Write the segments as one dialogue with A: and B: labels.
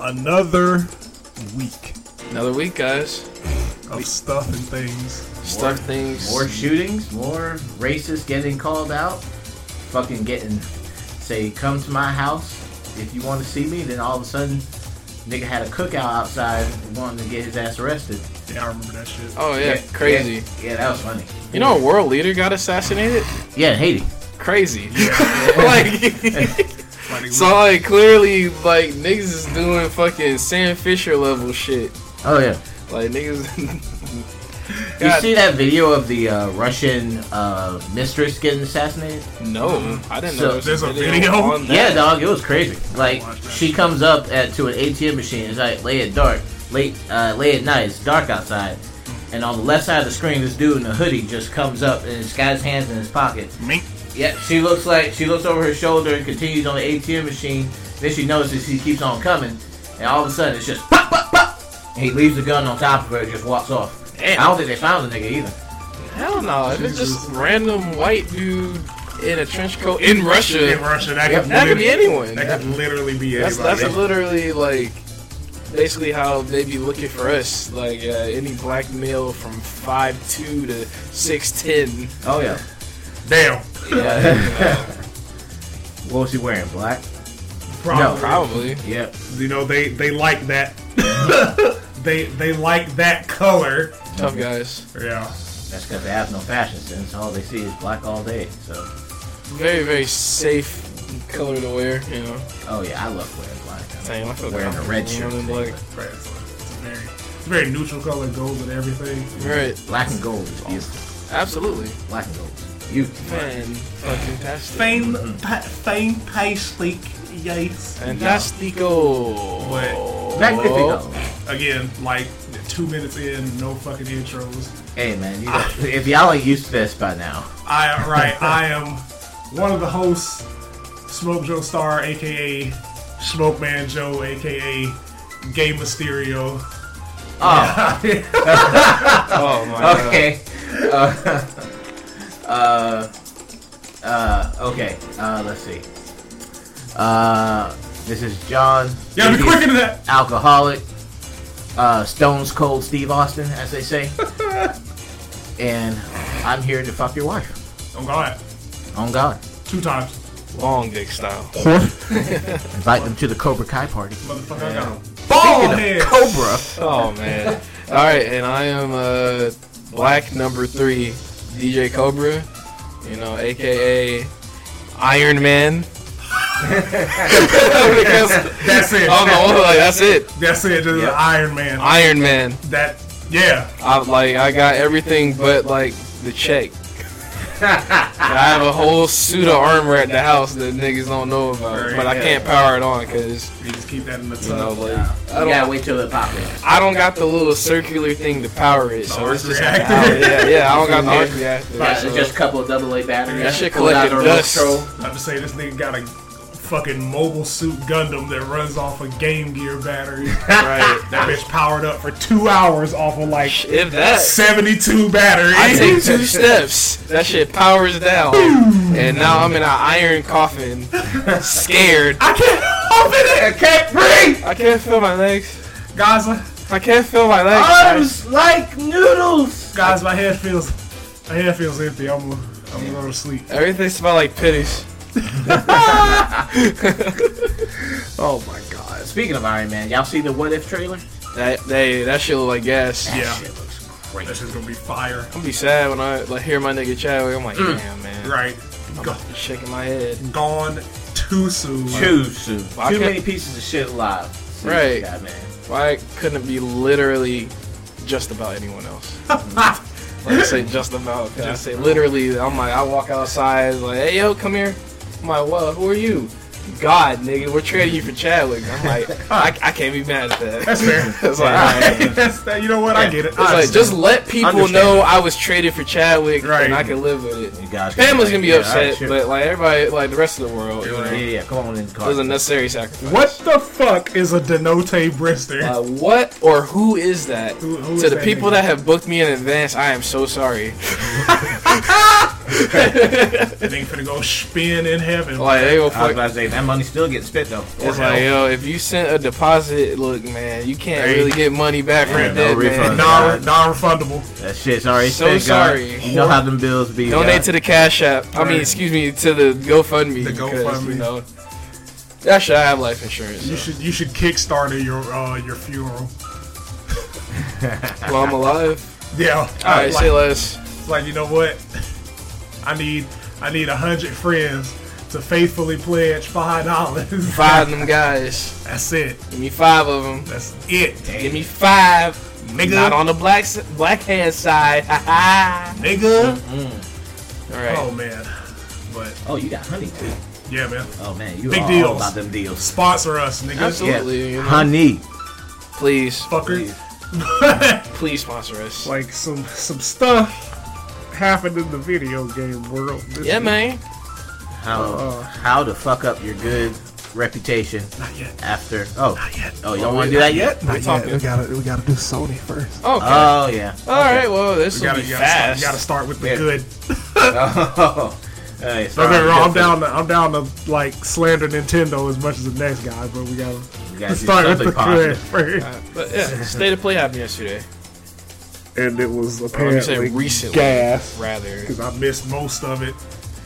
A: another week
B: Another week, guys.
A: of stuff and things.
B: Stuff things.
C: More shootings, more racists getting called out, fucking getting say come to my house if you want to see me. Then all of a sudden, nigga had a cookout outside wanting to get his ass arrested.
A: Yeah, I remember that shit.
B: oh yeah, crazy.
C: Yeah, yeah, that was funny.
B: You know, a world leader got assassinated.
C: Yeah, Haiti.
B: Crazy. like,
A: Like,
B: so like clearly, like niggas is doing fucking Sam Fisher level shit.
C: Oh yeah.
B: Like niggas.
C: You
B: God,
C: see that video of the uh, Russian uh, mistress getting assassinated?
B: no, I didn't
C: So-
B: know. there was
A: There's a video?
B: on that.
C: Yeah, dog, it was crazy. Like
A: Watch that.
C: she comes up at to an ATM machine. It's like late at dark, late uh, late at night. It's dark outside, and on the left side of the screen, this dude in a hoodie just comes up and it's got his hands in his pockets.
A: Mink.
C: Yeah, she looks like she looks over her shoulder and continues on the ATM machine. Then she notices he keeps on coming, and all of a sudden it's just pop pop pop. And he leaves the gun on top of her and just walks off.
B: Damn.
C: I don't think they found the nigga either.
B: Hell no. If it's just random white dude in a trench coat in Russia,
A: In Russia, that
C: Yep.
A: could,
B: that could
A: literally,
B: be anyone.
A: that could literally be
B: That's
A: anybody.
B: that's literally like basically how they be looking for us. Like uh, any black male from five two to six ten. uh,
C: Oh yeah.
A: Damn.
C: What was he wearing? Black.
A: Probably.
B: Probably.
C: Yep.
A: You know, they, they like that. they they like that color.
B: Tough guys.
A: Yeah.
C: That's because they have no fashion sense. All they see is black all day. So,
B: Very, very safe color to wear, you know.
C: oh yeah, I love wearing black.
B: Damn, I feel
C: Wearing a red shirt.
B: comfortable in
A: Right, It's it's very, it's very neutral color, gold and everything.
B: black. Right.
C: Black and gold is beautiful.
B: Absolutely.
C: Black and gold. is beautiful.
B: Man, fucking fantastic.
A: Fame, pa- fame pasty, yes.
B: Fantastico.
A: But-
C: Black fifty though.
A: Again, like two minutes in, no fucking intros.
C: Hey man, you got, if y'all ain't used to this by now,
A: I am right. I am one of the hosts, Smoke Joe Star, aka Smoke Man Joe, aka Gay Mysterio.
C: oh
B: Oh my god.
C: okay, uh, uh, uh, okay, uh, let's see. Uh, this is John.
A: Yeah, be
C: He's
A: quicker than that.
C: alcoholic, uh, Stones Cold Steve Austin, as they say. and I'm here to fuck your wife.
A: Oh God,
C: On God.
A: two times,
B: Long dick style.
C: Invite them to the Cobra Kai party.
A: motherfucker. I got a
C: Speaking
A: ball
C: of
A: head.
C: Cobra.
B: Oh man. All right, and I am uh, Black Number Three, DJ Cobra. You know, aka Iron Man. because
A: That's it.
B: oh no, like, that's it.
A: That's it. Just
C: Yeah.
A: Iron Man.
B: Iron Man.
A: that. Yeah.
B: I like I got everything but like the check. I have a whole suit of armor at the house that niggas don't know about, but I can't power it on because
A: You just keep that in the
B: you know
A: tub.
B: like I
C: You
B: don't
C: gotta wait till it pops in.
B: I don't got the little circular thing to power it, so it's just
A: reactor.
B: Oh, yeah, yeah. I don't got the arc reactor.
C: Yeah,
B: so-
C: it's just a couple of double A batteries.
B: That shit
C: pulled out
B: collected
C: of a
B: dust.
C: retro.
A: I'm just saying this nigga got a fucking mobile suit Gundam that runs off a Game Gear battery.
B: right.
A: that bitch powered up for two hours off of like
B: If that,
A: 72 batteries.
B: I take two steps, that shit powers down, and now I'm in an iron coffin, scared.
A: I can't open it. I can't breathe.
B: I can't feel my legs.
A: Gaza,
B: I can't feel my legs.
C: Arms like noodles.
A: guys, my head feels, my head feels empty. I'm, gonna- I'm gonna go to sleep.
B: Everything smell like pitties.
C: Oh my god. Speaking of Iron Man, y'all see the What If trailer?
B: That they that shit look like gas.
A: Yeah.
C: Shit looks
A: That
C: great.
A: shit's gonna be fire.
B: I'm be sad when I like hear my nigga Chadwick. I'm like, damn man,
A: Right. Go-
B: shaking my head.
A: gone too soon.
C: Too soon.
B: Why
C: Too
B: can't-
C: many pieces of shit live. See
B: Right.
C: that, man.
B: Why couldn't it be literally just about anyone else? like I say just about. 'cause I say literally. I'm like I walk outside like, hey yo, come here. I'm like, well, who are you? God, nigga, we're trading you for Chadwick. I'm like, I, I can't be mad at that.
A: That's fair.
B: It's like,
A: Alright, that's that. You know what? I get it.
B: It's like just let people
A: Understand.
B: know I was traded for Chadwick,
A: Right.
B: and I can live with it.
C: You guys
B: Family's gonna be
C: Yeah,
B: upset,
C: alright, sure.
B: but like everybody, like the rest of the world, you know,
C: Yeah, yeah, come on in.
B: it was a necessary sacrifice.
A: what the fuck is a denote brister?
B: Uh, what or who is that?
A: Who- who
B: to
A: is
B: the
A: that
B: people
A: nigga?
B: that have booked me in advance, I am so sorry.
A: I think finna go spin in heaven.
B: Like they go
C: I was
B: fuck.
C: about to say that money's still getting spent though.
B: It's like yo, if you sent a deposit, look man, you can't
A: Hey.
B: really get money back from
A: Yeah, no
B: that man.
C: refund.
B: uh,
A: non non refundable.
C: that shit's already
B: So
C: spent. God.
B: sorry.
C: You know how them bills be.
B: Donate
C: God.
B: to the Cash App. I mean,
A: Right.
B: excuse me, to the GoFundMe.
A: The
B: because,
A: GoFundMe.
B: You know, that should I have life insurance.
A: You
B: so.
A: should you should Kickstarter your uh, your funeral.
B: While I'm alive.
A: Yeah.
B: All right,
A: like,
B: say less.
A: like, you know what? I need I need a hundred friends to faithfully pledge five dollars.
B: Five of them guys.
A: That's it.
B: Give me five of them.
A: That's it.
B: Give me five.
A: Nigga.
B: Not on the black s- black hand side. Ha ha.
A: Nigga.
B: All right.
A: Oh man. But
C: Oh, you got honey too.
A: yeah, man.
C: Oh man, you
A: Big
C: are all
A: deals.
C: about them deals.
A: Sponsor us, nigga.
B: Absolutely. you know.
C: Honey.
B: Please,
A: Fucker.
B: please sponsor us.
A: like some some stuff happened in the video game world. This
B: Yeah,
A: is-
B: man.
C: How
D: Uh-uh.
A: Uh.
C: how to fuck up your good reputation
A: Not yet.
C: after oh
A: Not yet.
C: oh you don't want to do that yet?
A: Not
B: We're talking.
A: We gotta we gotta do Sony first.
B: Okay.
C: Oh yeah.
B: All right. Well, this
A: Uh, We
B: will
A: gotta,
B: be
A: you gotta, start,
B: fast.
A: you gotta start with the
C: Yeah.
A: good.
C: Oh. Hey,
A: Don't
C: sorry,
A: get me wrong, I'm
C: different.
A: down to I'm down to like slander Nintendo as much as the next guy, but we gotta,
C: You gotta do
A: start with
C: something
A: the good
C: positive.
A: first.
B: But yeah, state of play happened yesterday.
A: And it was
B: Or let me say
A: apparently
B: recently,
A: gas
B: rather.
A: because I missed most of it.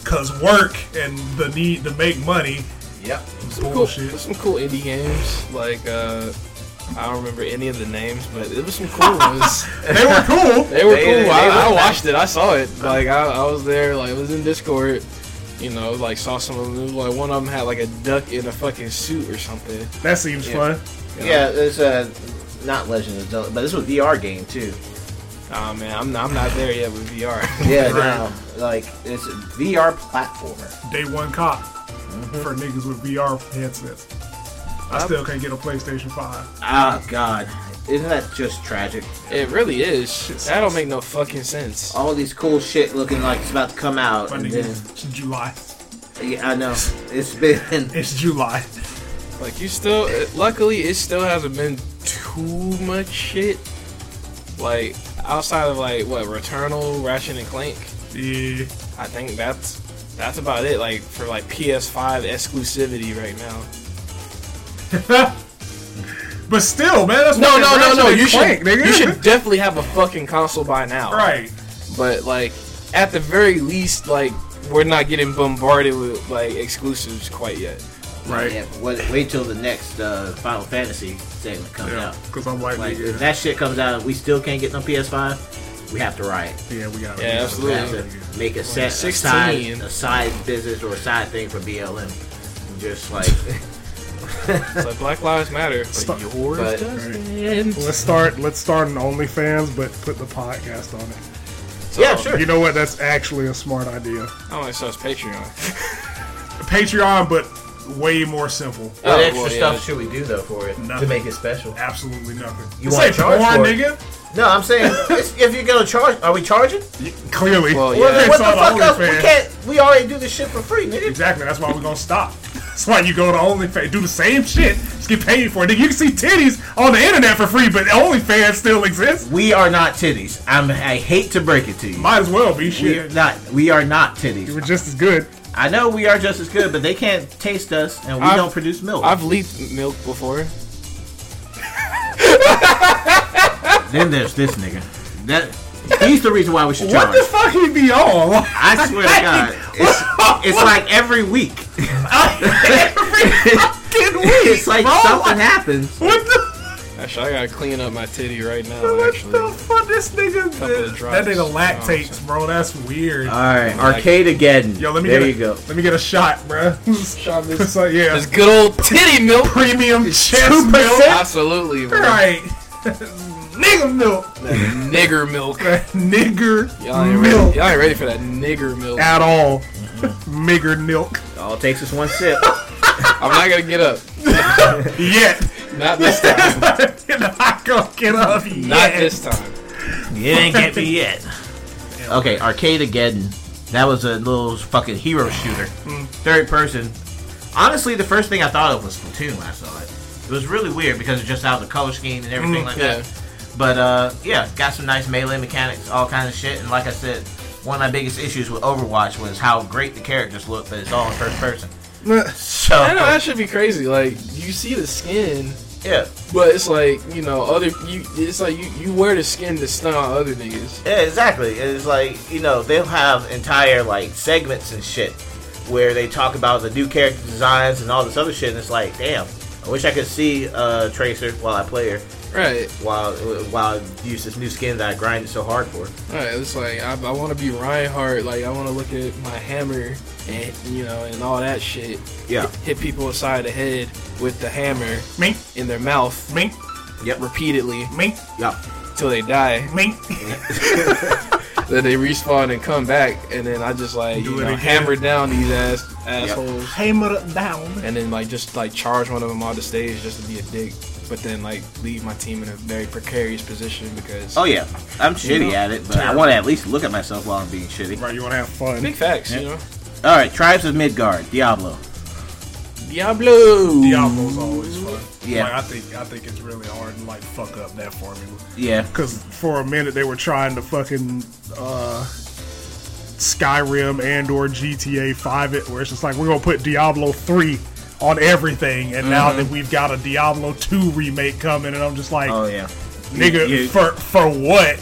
A: Cause work and the need to make money.
B: Yep. Some cool,
A: Bullshit.
B: some cool indie games. Like uh, I don't remember any of the names, but it was some cool ones.
A: They were cool.
B: They were
C: They-
B: cool.
C: they
B: I, I
C: were-
B: watched it. I saw it. Like I, I was there. Like it was in Discord. You know, like saw some of them. It was like one of them had like a duck in a fucking suit or something.
A: that seems
B: Yeah.
A: fun.
D: Yeah, it's uh, not Legend of Zelda, but this was a VR game too.
B: Oh man, I'm not, I'm not there yet with VR.
D: Yeah,
A: Right.
D: no, like it's a VR platformer.
A: Day one cop for niggas with VR headsets. I still can't get a PlayStation Five.
D: Ah, God, isn't that just tragic?
B: it really is. That don't make no fucking sense.
D: All these cool shit looking like it's about to come out,
A: My
D: and
A: nigga,
D: then
A: it's July.
D: yeah, I know it's been
A: It's July.
B: Like you still, luckily it still hasn't been too much shit. Like outside of like what Returnal, Ratchet and Clank,
A: Yeah.
B: I think that's that's about it. Like for like PS5 exclusivity right now.
A: But still, man, that's
B: No,
A: fucking
B: no, no,
A: Ratchet
B: no.
A: and
B: You
A: Clank,
B: should
A: nigga.
B: you should definitely have a fucking console by now.
A: right.
B: But like at the very least, like we're not getting bombarded with like exclusives quite yet.
A: Right.
D: Yeah,
A: Yeah.
D: what,
C: Wait till the next uh, Final Fantasy segment comes out.
A: Cause I'm like,
C: Like if
A: nigga,
C: that shit comes out and we still can't get no PS5, we have to riot.
A: yeah, we got.
B: Yeah,
C: We
B: absolutely.
C: have to make a set a
B: 16.
C: side a side business or a side thing for BLM. Just like
B: It's like Black Lives Matter, but
A: Stop.
B: yours
C: But-
B: doesn't.
A: Let's start. Let's start an OnlyFans, but put the podcast on it.
B: So,
C: Yeah, sure.
A: You know what? That's actually a smart idea.
B: I want to start Patreon.
A: Patreon, but way more simple.
B: Oh,
C: what
B: well,
C: extra
B: yeah.
C: stuff should we do though for it
A: Nothing.
C: to make it special?
A: Absolutely nothing.
C: You
A: This
C: wanna
A: ain't
C: charge
A: porn,
C: for it?
A: nigga.
C: No, I'm saying it's- if you're gonna charge, are we charging?
A: Clearly.
B: Well,
A: It's
B: yeah.
C: What, what the
A: on
C: fuck else? We
A: OnlyFans.
C: can't. We already do this shit for free, nigga.
A: Exactly. That's why we're gonna stop. That's why you go to OnlyFans, do the same shit, just get paid for it. Nigga, you can see titties on the internet for free, but OnlyFans still exists.
C: We are not titties. I'm. I hate to break it to you.
A: Might as well be
C: we are
A: shit.
C: not. We are not
A: You
C: titties.
A: were just as good.
C: I know we are just as good, but they can't taste us, and we
B: I've-
C: don't produce milk.
B: I've leaked milk before.
C: then there's this nigga. That he's the reason why we should
A: What
C: charge.
A: the fuck he be on?
C: I swear to God, it's, it's like every week. it's like
A: bro.
C: something happens.
A: What the?
B: Actually, I gotta clean up my titty right now.
A: What the
B: Actually,
A: fuck? This nigga.
B: Couple of
A: that
B: drops.
A: nigga lactates, bro. That's weird.
C: All right, arcade again.
A: Yo, let me
C: Uh, there
A: get
C: you
A: a,
C: go.
A: Let me get a shot, bro.
B: Shot this-
A: so yeah,
B: this good old titty milk.
A: premium chest
C: two
A: milk.
C: percent?
B: Absolutely, bro.
A: Right, nigga milk,
B: Nigger milk.
A: nigger
B: Y'all ain't,
A: milk
B: ready. Y'all ain't ready for that nigger milk.
A: at all. Nigger milk.
C: All it takes is one sip.
B: I'm not gonna get up.
A: Yet.
B: Not this time.
A: not gonna get up yet.
B: Not this time.
C: you didn't get me yet. Okay, arcade again. That was a little fucking hero shooter, third person. Honestly, the first thing I thought of was Splatoon when I saw it. It was really weird because of just how the color scheme and everything like
B: Mm, Yeah.
C: that. But uh, yeah, got some nice melee mechanics, all kind of shit. And like I said, one of my biggest issues with Overwatch was how great the characters look, but it's all in first person.
B: I
C: So
B: know that should be crazy. Like you see the skin,
C: yeah,
B: but it's like you know other you. It's like you, you wear the skin to stun on other niggas.
C: yeah, exactly. It's like you know they'll have entire like segments and shit where they talk about the new character designs and all this other shit, and it's like, damn, I wish I could see uh, Tracer while I play her,
B: Right,
C: while while I use this new skin that I grinded so hard for.
B: right. It's like I, I want to be Reinhardt. Like I want to look at my hammer and you know and all that shit.
C: Yeah,
B: Hit people aside the head with the hammer
A: Mink,
B: in their mouth
A: mink,
C: yep,
B: repeatedly
A: mink,
C: yeah.
B: till they die.
A: mink.
B: Then they respawn and come back, and then I just like
A: Do
B: you
A: it
B: know
A: again.
B: hammer down these ass assholes.
A: Hammer it down.
B: and then like just like charge one of them on the stage just to be a dick, but then like leave my team in a very precarious position because
C: Oh yeah, I'm
B: You
C: shitty
B: know?
C: at it, but I want to at least look at myself while I'm being shitty.
A: Right, you want to have fun.
B: big facts,
C: Yeah.
B: you know.
C: All right, Tribes of Midgard, Diablo.
B: Diablo.
A: Diablo's always fun.
C: Yeah.
A: Like, I think I think it's really hard to like fuck up that formula.
C: Yeah,
A: Because for a minute they were trying to fucking uh, Skyrim and or GTA 5 it, where it's just like we're gonna put Diablo 3 on everything, and
C: Mm-hmm.
A: now that we've got a Diablo 2 remake coming, and I'm just like,
C: Oh yeah.
A: nigga,
C: You- you-
A: for for what?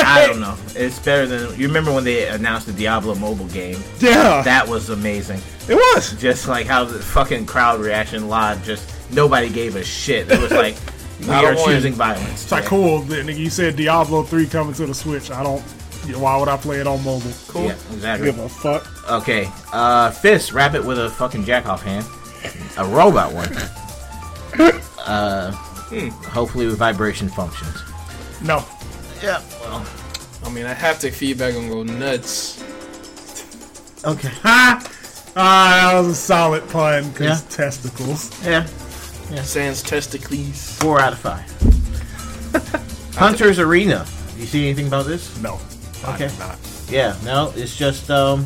C: I don't know. It's better than you remember when they announced the Diablo mobile game.
A: yeah,
C: That was amazing.
A: it was.
C: Just like how the fucking crowd reaction live, just nobody gave a shit. It was like we
B: Not a
C: are
B: one.
C: choosing violence.
A: It's like cool. that Nigga, you said Diablo 3 coming to the Switch. I don't. Why would I play it on mobile?
B: Cool.
C: Yeah, exactly.
A: Give a fuck.
C: Okay, uh, fist, wrap it with a fucking jackoff hand, a robot one. uh, hopefully with vibration functions.
A: No.
C: Yeah. Well.
B: I mean, I have to feedback and go nuts.
C: Okay.
A: Ha! Ah, that was a solid pun. Cause
C: Yeah.
A: testicles.
C: Yeah.
B: Sans testicles.
C: Four out of five. Hunter's Arena. You see anything about this?
A: No.
C: Okay.
A: I did not.
C: Yeah, no, it's just um,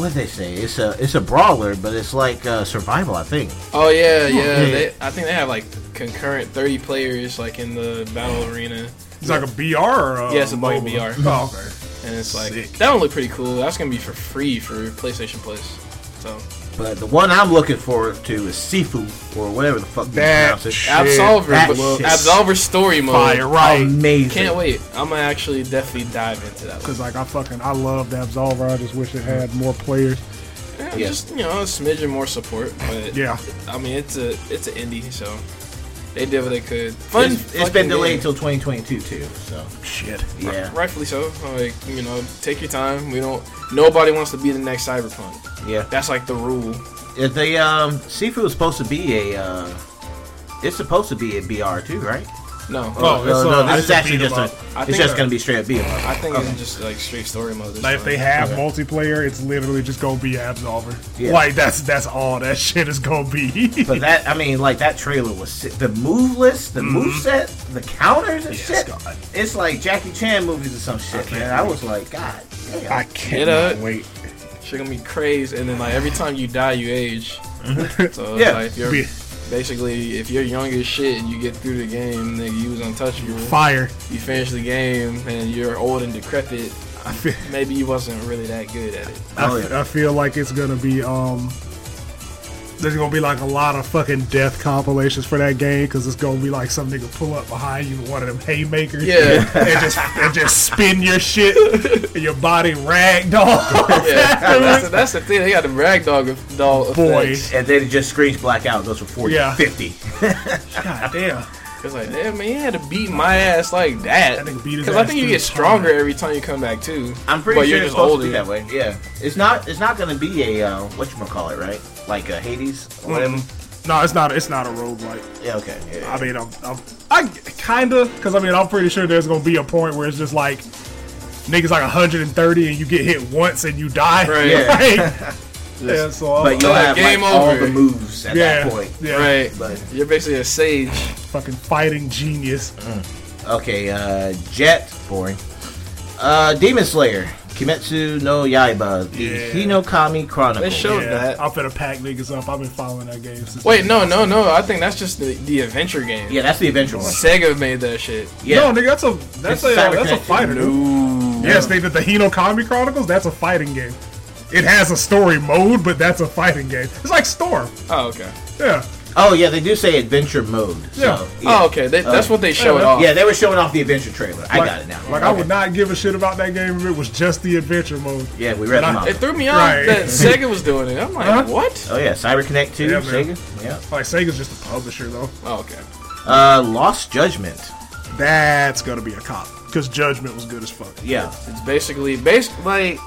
C: what they say? It's a it's a brawler, but it's like uh, survival, I think.
B: Oh yeah, yeah.
C: yeah.
B: They, I think they have like concurrent thirty players like in the battle arena,
A: It's like a BR or a
B: Yeah, it's a
A: mobile?
B: like BR.
A: Oh, okay.
B: and it's like
A: Sick.
B: that one look pretty cool. That's gonna be for free for PlayStation Plus. So
C: But the one I'm looking forward to is Sifu or whatever the fuck
A: That
C: you pronounce it.
A: shit.
B: Absolver,
C: that
B: but-
C: shit's
B: Absolver story mode.
A: Fire, right?
C: Amazing.
B: Can't wait. I'm gonna actually definitely dive into that. one.
A: Because like I fucking I love the Absolver. I just wish it had more players.
B: Yeah,
C: Yeah.
B: Just you know, a smidgen more support, but
A: Yeah.
B: I mean it's a it's an indie, so they did what they could. Fun.
C: It's, it's
B: fucking
C: been delayed
B: game.
C: till 2022 too. So
A: Shit.
C: yeah,
B: rightfully so. Like you know, take your time. We don't. Nobody wants to be the next Cyberpunk.
C: yeah.
B: That's like the rule.
C: If they um, Sifu is supposed to be a uh, it's supposed to be a BR too, right?
B: No,
A: Oh, it's,
C: no,
A: uh,
C: no, this
A: it's
C: is
A: a
C: actually
A: beat 'em
C: just a.
A: up.
B: I
C: It's
B: think
C: just
B: a-
C: gonna be straight up BR.
B: I think
C: Okay.
B: it's just like straight story mode. this
A: Like if
B: time.
A: they have
C: Okay.
A: multiplayer, it's literally just gonna be Absolver.
C: Yeah.
A: Like that's that's all that shit is gonna be.
C: But that, I mean, like that trailer was sick. the move list, the move set, the counters and
A: Yes,
C: shit.
A: God.
C: It's like Jackie Chan movies or some shit,
A: can't
C: man. I was like, God damn.
A: I
B: It,
A: cannot
B: uh,
A: wait.
B: shit gonna be crazy, and then like every time you die, you age. So
C: Yeah.
B: yeah. like, if you're
A: Mm-hmm. Be-
B: basically if you're young as shit and you get through the game, nigga, you was untouchable.
A: Fire.
B: You finish the game and you're old and decrepit.
A: I feel,
B: Maybe you wasn't really that good at it.
A: I
C: Oh,
A: f-
C: yeah.
A: I feel like it's gonna be um. There's gonna be like a lot of fucking death compilations for that game because it's gonna be like some nigga pull up behind you with one of them haymakers,
B: Yeah.
A: and just and just spin your shit, and your body ragdoll.
B: Yeah, that's, the, that's the thing. They got the ragdoll doll
A: Boy.
B: effects.
C: and then it just screams black out, goes from 40
A: Yeah.
C: to 50.
A: God damn.
B: It's like, damn man, you had to beat my ass like that.
A: That nigga beat his
B: Because I
A: ass
B: think you
A: through
B: get
A: the
B: stronger
A: tournament.
B: every time you come back too.
C: I'm pretty
B: but
C: sure
B: you're
C: it's
B: just
C: supposed
B: older.
C: to be that way. Yeah, it's not. It's not gonna be a uh, what you call it, right? Like a Hades or whatever.
A: Mm-hmm. No, it's not. It's not a roguelike.
C: Yeah, okay. Yeah, yeah.
A: I mean, I'm, I'm I kinda because I mean I'm pretty sure there's gonna be a point where it's just like niggas like 130 and you get hit once and you die.
B: Right.
A: Like, yeah. So I'm,
C: but you'll
B: Uh,
C: have
B: game
C: like, all
B: over.
C: the moves at
A: yeah,
C: that point.
A: yeah.
B: Right.
C: But
B: You're basically a sage.
A: Fucking fighting genius.
C: okay, uh, Jet, boring. Uh, Demon Slayer, Kimetsu no Yaiba, the
A: Yeah.
C: Hinokami Chronicles.
B: They showed
A: Yeah,
B: that.
A: I'm finna pack niggas up. I've been following that game since.
B: Wait, no, no, no. I think that's just the, the adventure game.
C: Yeah, that's the eventual one.
B: Sega made that shit.
C: Yeah.
A: No, nigga, that's a that's
C: It's
A: a uh, that's
C: Cyber
A: a
C: Connection.
A: fighter. dude. Yes, they did the Hinokami Chronicles. That's a fighting game. It has a story mode, but that's a fighting game. It's like Storm.
B: Oh, okay.
A: Yeah.
C: Oh yeah, they do say adventure mode.
A: Yeah. oh.
C: So,
B: Oh, okay. They, that's what they showed off.
C: yeah, they were showing off the adventure trailer. I got it now.
A: Like I would not give a shit about that game if it was just the adventure mode.
C: Yeah, we read them off.
B: It threw me off
A: Right.
B: that Sega was doing it. I'm like,
A: Huh?
B: what?
C: Oh yeah, Cyber Connect 2,
A: Yeah, man.
C: Sega. Yeah.
A: Like Sega's just a publisher though.
B: Oh, okay.
C: Uh, Lost Judgment.
A: That's gonna be a cop because Judgment was good as fuck.
C: Yeah.
B: It's basically based like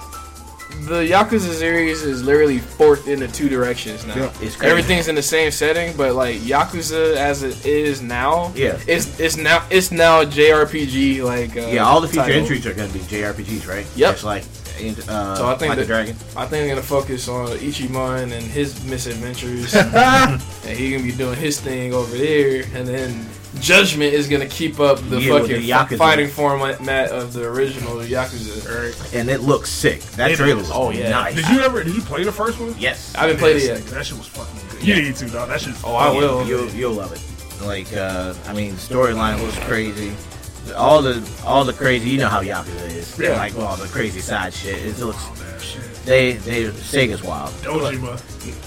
B: the Yakuza series is literally forked into two directions now.
A: Yeah.
C: It's crazy.
B: Everything's in the same setting, but like Yakuza as it is now,
C: Yeah.
B: it's it's now it's now a JRPG like. Uh,
C: Yeah, all the future
B: title.
C: entries are going to be JRPGs, right?
B: Yep.
C: Just like uh,
B: So I think
C: like the
B: that-
C: Dragon.
B: I think I'm gonna focus on Ichiman and his misadventures, and he gonna be doing his thing over there, and then Judgment is gonna keep up the
C: Yeah, with
B: fucking
C: the Yakuza.
B: fighting format of the original Yakuza.
C: And it looks sick. That
A: It
C: trailer
A: is.
C: was
B: Oh, yeah.
C: nice.
A: Did you ever? Did you play the first one?
C: Yes.
B: I haven't played it yet.
A: That shit was fucking good. You need to dog. That shit's.
B: Oh, I
A: fucking-
B: will.
C: You'll, you'll love it. Like, uh, I mean, storyline was crazy. All the all the crazy, you know how Yakuza is.
A: Yeah.
C: Like all the crazy side shit. It looks
A: That shit.
C: they they Sega's wild.
A: Dojima.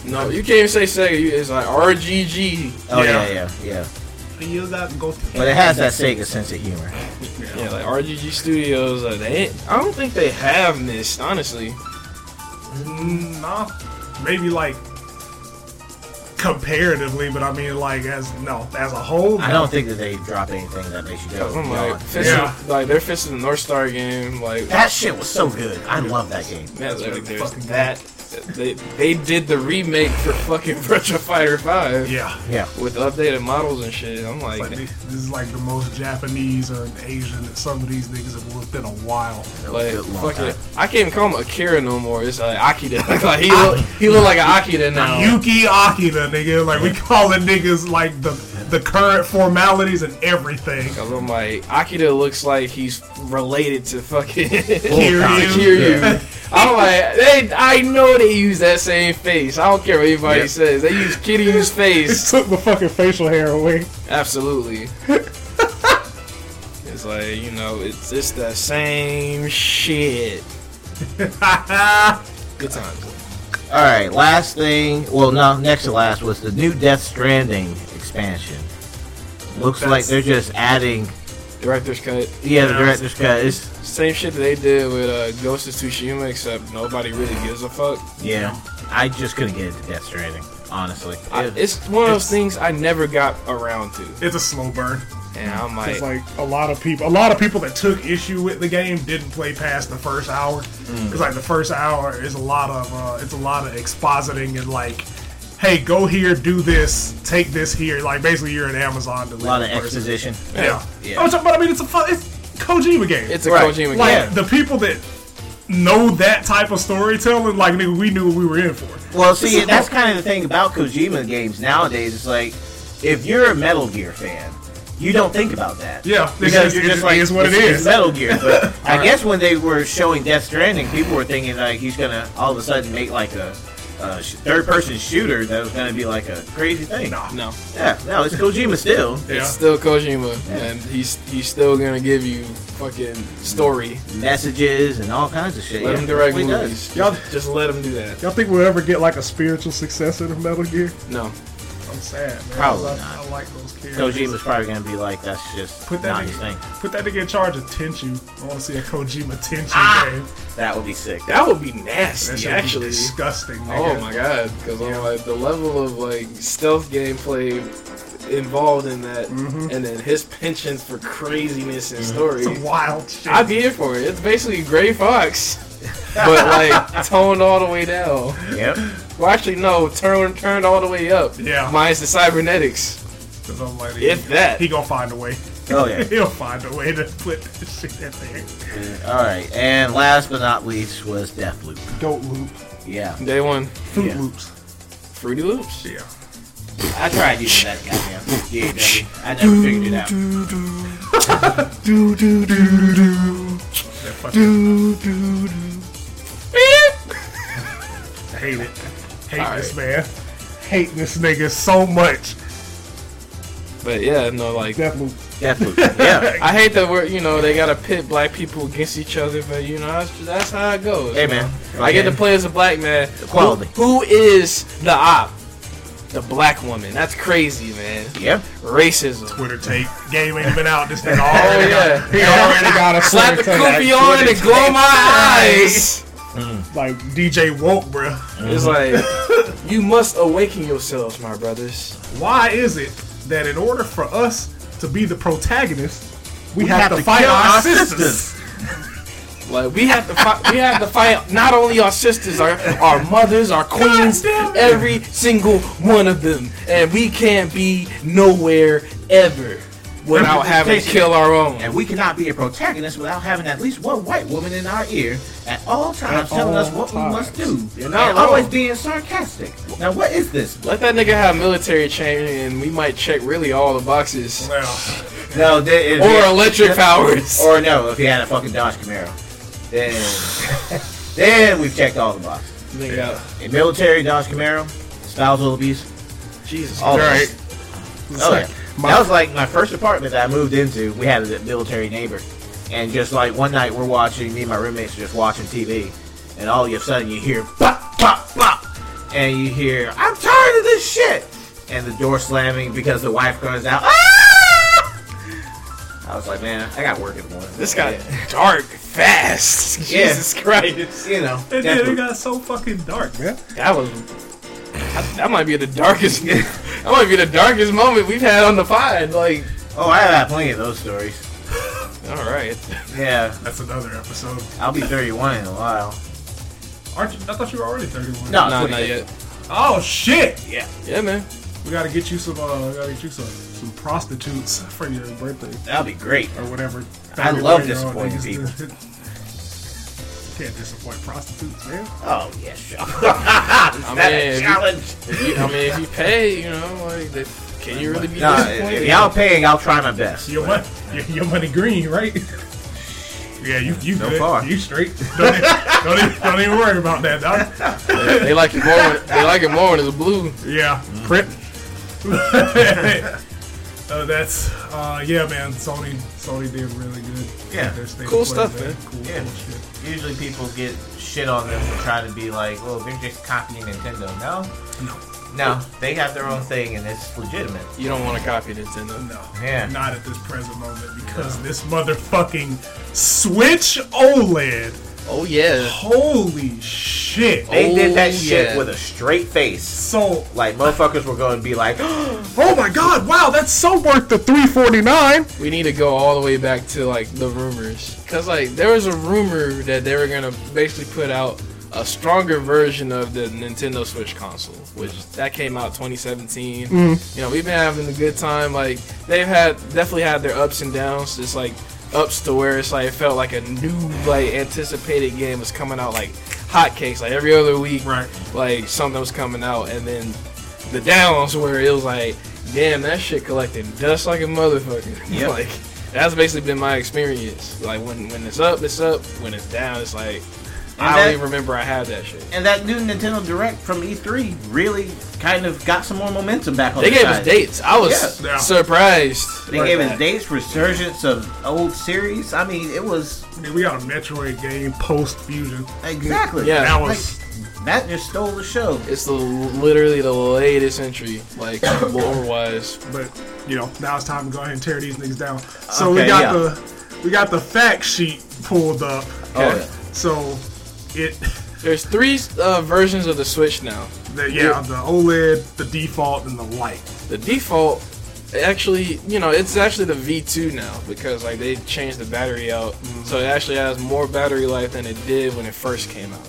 B: No, you can't even say Sega. You, it's like RGG.
C: Oh
A: Yeah.
C: yeah, yeah, yeah.
A: You got go.
C: But it has that Sega sense of humor.
B: Yeah, like RGG Studios. Like they, I don't think they have this honestly.
A: Nah, maybe like comparatively, but I mean like as no as a whole.
C: I don't think that they drop anything that makes you go.
B: Cause I'm like,
C: beyond.
B: Fist
A: Yeah.
B: of, like they're Fist of the North Star game. Like
C: That shit was so good. I love that game.
B: Man, like, there's
A: Fucking
B: that. They, they did the remake for fucking Virtua Fighter 5
A: Yeah.
C: Yeah.
B: with updated models and shit. I'm like,
A: Like,
B: like,
A: this this is like the most Japanese or Asian that some of these niggas have looked in a while.
C: That was a good long
B: fuck
C: time.
B: it. I can't even call him Akira no more. It's like Akita. like he look, he look like an Akita now.
A: Yuki Akita, nigga. Like we calling niggas like the the current formalities and everything.
B: Cause I'm like Akita looks like he's related to fucking
A: Kiryu.
B: Kiryu. I'm like, they, I know they use that same face. I don't care what anybody
C: Yeah.
B: says. They use Kiryu's face.
A: took the fucking facial hair away.
B: Absolutely. it's like, you know, it's it's the same shit. Good times.
C: All right, last thing. Well, no, next to last was the new Death Stranding expansion. Looks like
A: That's-
C: they're just adding.
B: Director's cut.
C: Yeah, the
A: Yeah.
C: director's cut. Is,
B: Same shit that they did with uh, Ghost of Tsushima, except nobody really gives a fuck.
C: yeah, I just couldn't get into Death Stranding, honestly.
B: I,
C: It-
B: it's one of
A: It's-
B: those things I never got around to.
A: It's a slow burn.
B: And I'm like,
A: It's like a lot of people, a lot of people that took issue with the game didn't play past the first hour.
B: Mm.
A: It's like the first hour is a lot of, uh, it's a lot of expositing and like, hey, go here, do this, take this here. Like basically, you're an Amazon.
C: a lot of exposition.
A: Yeah.
C: Yeah. Oh,
A: I'm talking- but I mean, it's a fun, it's Kojima game.
B: it's a
C: Right.
B: Kojima
A: like
B: game.
A: the people that know that type of storytelling, like nigga, we knew what we were in for.
C: Well, see, that's kind of the thing about Kojima games nowadays. It's like, if you're a Metal Gear fan, you don't think about that.
A: Yeah, because
C: because you're
A: it,
C: just
A: it
C: like
A: is what it
C: it's- it's
A: is.
C: Metal Gear. But I guess when they were showing Death Stranding, people were thinking like he's gonna all of a sudden make like a, a sh- third-person shooter that was gonna be like a crazy thing.
A: Nah.
B: no.
C: Yeah, no, it's Kojima still.
A: Yeah.
B: It's still Kojima, and he's he's still gonna give you fucking story.
C: Messages and all kinds of shit.
B: Let
C: yeah,
B: him direct
C: he does.
B: movies.
A: Y'all-
B: just let him do that.
A: Y'all think we'll ever get like a spiritual successor to Metal Gear?
B: No,
A: I'm sad, man.
C: Probably
A: I,
C: not.
A: I like those characters.
C: Kojima's probably gonna be like, that's just
A: Put that
C: not
A: in-
C: his thing.
A: Put that nigga in charge of Tenchu. I want to see a Kojima Tenchu game.
C: That would be sick.
B: that would be
A: That
B: nasty.
A: shit actually,
B: Ah! actually,
A: be disgusting. Nigga.
B: Oh my god, because I'm like the level of like stealth gameplay involved in that, and then his penchant for craziness and story.
A: Some wild shit.
B: I'd be here for it. It's basically Gray Fox, but like toned all the way down.
C: Yep.
B: Well, actually, no, turned turned all the way up.
A: Yeah.
B: minus the cybernetics.
A: 'Cause I'm like,
B: If
A: he-
B: that.
A: he gonna find a way.
C: Oh yeah.
A: He'll find a way to put this shit in there.
C: All right. And last but not least was Deathloop.
A: Goat loop,
C: Yeah.
B: Day one,
A: Fruit
C: Yeah.
A: Loops.
B: Fruity Loops.
A: Yeah.
C: I tried using that goddamn DAW. I never figured it out.
A: Do do do do do. That fucking, I hate it. Hate
B: All
A: this man. Hate this nigga so much.
B: But yeah, no, like
A: Deathloop.
C: Deathloop. Yeah.
B: I hate that we're you know they gotta pit black people against each other, but you know that's, that's how it goes.
C: Hey
B: you
C: man.
B: know? I get to play as a black man.
C: Equality.
B: Who, who is the op? The black woman. That's crazy, man.
C: Yeah.
B: Racism.
A: Twitter take. Game ain't been out. This thing already
B: Oh
A: got-
B: yeah.
A: He already got a
B: Slap the
A: Twitter take.
B: koopy on and glow my eyes.
A: Like DJ woke, bruh.
B: It's like you must awaken yourselves, my brothers.
A: Why is it that in order for us to be the protagonists, we, have,
C: have
A: to,
C: to
A: fight
C: kill
A: our,
C: our
A: sisters?
C: sisters.
B: Like we have to fight. We have to fight not only our sisters, our our mothers, our queens,
A: damn it.
B: every single one of them, and we can't be nowhere ever without having to kill our own.
C: And we cannot be a protagonist without having at least one white woman in our ear at all times telling us
A: all
C: what we must do.
B: You're
C: and
B: not wrong.
C: always being sarcastic. Now what is this?
B: Let that nigga have military training, and we might check really all the boxes.
A: Well,
C: No, they, if
B: Or
C: you-
B: electric powers.
C: Or no, if you had a fucking Dodge Camaro. Then then we've checked all the boxes.
B: Nigga,
C: A military Dodge Camaro, spousal abuse,
B: Jesus.
C: all
A: Right.
C: right. Oh, yeah. that was like my first apartment that I moved into. We had a military neighbor, and just like one night we're watching, me and my roommates are just watching TV, and all of a sudden you hear pop, pop, pop, and you hear I'm tired of this shit, and the door slamming because the wife comes out. "Ah!" I was like, man, I got work in the morning.
B: This got dark fast.
C: Yeah.
B: Jesus Christ.
C: you know,
A: It did.
C: that's
A: It
C: what-
A: got so fucking dark, man.
B: That was. That, that might be the darkest. that might be the darkest moment we've had on the pod. Like,
C: oh, I have plenty of those stories.
B: all right.
C: Yeah,
A: That's another episode.
C: I'll be 31 in a while.
A: Aren't you? I thought you were already 31.
C: No,
B: Nah,
C: 26.
B: not yet.
A: Oh shit! Yeah.
B: Yeah, man.
A: We gotta get you some. Uh, we gotta get you some some prostitutes for your birthday
C: That'll be great.
A: or whatever.
C: I love
A: 31-year-old
C: disappointing
A: niggas do. Can't disappoint prostitutes, man.
C: Oh yes, sure. Is that a
B: mean,
C: challenge?
B: If you, I mean, if you pay, you know, like, the, can you really be
C: Nah,
B: disappointed?
C: if y'all paying, I'll try my best.
A: Your money, your, your money green, right? Yeah, you you
C: So
A: good.
C: far.
A: You straight. Don't even, don't, even, don't even worry about that, dog.
B: They, they like it more. When, they like it more when it's blue.
A: Yeah, print. uh, that's uh, yeah, man. Sony, Sony did really good.
C: Yeah,
A: Their state
B: cool
A: play,
B: stuff, man.
A: Cool,
C: Yeah.
A: cool shit.
C: Usually people get shit on them for trying to be like, well, they're just copying Nintendo. No, no, no, they have their own thing and it's legitimate.
B: You don't want to copy Nintendo.
A: No,
C: Yeah.
A: not at this present moment because this motherfucking Switch OLED.
B: Oh yeah.
A: Holy shit!
C: They did that
B: Oh,
C: shit
B: yeah.
C: with a straight face.
A: So,
C: Like motherfuckers were going to be like,
A: oh my god, wow, that's so worth the three forty nine.
B: We need to go all the way back to like the rumors, cause like there was a rumor that they were gonna basically put out a stronger version of the Nintendo Switch console, which that came out 2017. You know, we've been having a good time. Like they've had definitely had their ups and downs. It's like ups to where it's like it felt like a new like anticipated game was coming out like hotcakes, like every other week
A: Right.
B: like something was coming out, and then the downs where it was like, damn, that shit collected dust like a motherfucker.
C: Yep.
B: like that's basically been my experience. Like when when it's up, it's up. When it's down, it's like I
C: that-
B: don't even remember I had that shit.
C: and that new Nintendo Direct from E3 really kind of got some more momentum back on.
B: They
C: the
B: gave
C: side.
B: us dates. I was
A: Yeah.
B: surprised.
C: They
B: by
C: gave
B: that.
C: us dates, resurgence of old series. I mean, it was
A: We got a Metroid game post fusion.
C: exactly.
B: Yeah.
A: That was.
C: Like, that just stole the show.
B: It's the literally the latest entry, like lore wise.
A: but you know now it's time to go ahead and tear these niggas down. So we
C: Okay,
A: got
C: yeah.
A: the we got the fact sheet pulled up.
C: Oh, yeah.
A: So it
B: There's three uh, versions of the Switch now.
A: the, yeah,
B: Yeah.
A: the OLED, the default, and the light.
B: the default actually you know it's actually the v2 now because like they changed the battery out so it actually has more battery life than it did when it first came out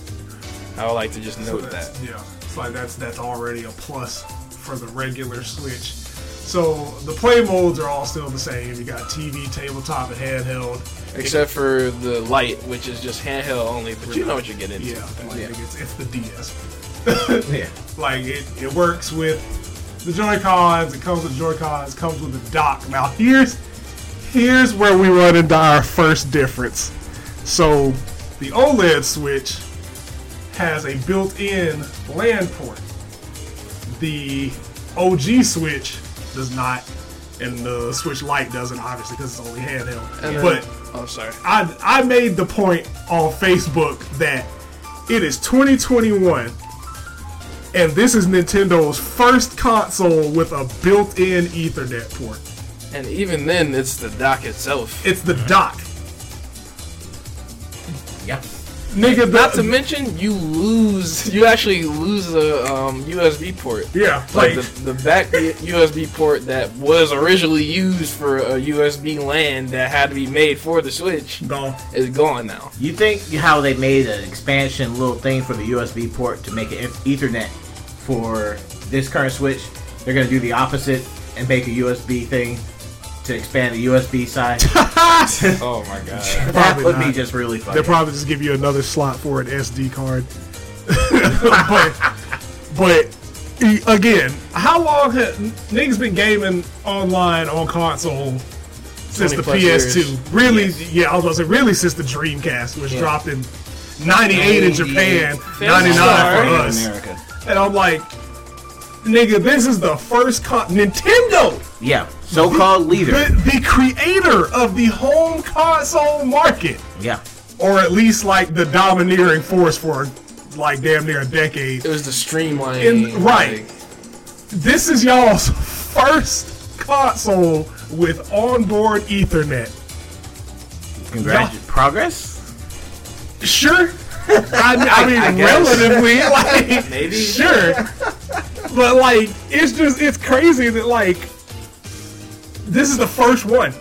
B: i would like to just
A: So
B: note
A: that's,
B: that
A: yeah, it's like that's that's already a plus for the regular Switch. So the play modes are all still the same. You got TV, tabletop, and handheld.
B: except for the light which is just handheld only but you know what you're getting into
A: Yeah, like,
C: Yeah.
A: nigga, It's, it's the DS.
C: Yeah.
A: Like it, it works with the Joy Cons. It comes with Joy Cons. Comes with a dock. Now here's here's where we run into our first difference. So the OLED Switch has a built-in LAN port. The OG Switch does not. and the Switch Lite doesn't, obviously, because it's only handheld.
B: And
A: but
B: then, oh, sorry.
A: I I made the point on Facebook that it is 2021, and this is Nintendo's first console with a built-in Ethernet port.
B: And even then, it's the dock itself.
A: It's the dock,
E: Yeah.
A: nigga. The,
B: Not to mention, you lose. You actually lose a um, USB port.
A: yeah,
B: Like
A: like
B: the, the back USB port that was originally used for a USB LAN that had to be made for the Switch
A: gone.
B: is gone now.
C: You think
E: How they made an expansion little thing for the USB port to make it Ethernet for this current Switch. They're gonna do the opposite and make a USB thing to expand the USB side.
B: Oh my god.
E: that
A: Probably
E: would be
A: not.
E: just really funny.
A: They'll probably just give you another slot for an SD card. but, but e- again, how long have niggas been gaming online on console since
B: 20
A: the
B: plus
A: PS2?
B: years.
A: Really? Yeah, I was about to say really since the Dreamcast was
B: Yeah.
A: dropped in '98 in Japan, '99
B: Sorry.
A: for us,
C: America.
A: and I'm like, nigga, this is the first con- Nintendo.
C: Yeah, so-called leader.
A: The, the creator of the home console market
C: Yeah.
A: or at least like the domineering force for like damn near a decade.
B: It was the streamlining.
A: In- right.
B: like,
A: This is y'all's first console with onboard Ethernet.
C: Congratu- Progress?
A: Sure, I, I mean relatively, like
B: Maybe.
A: sure, but like it's just it's crazy that like this is the first one.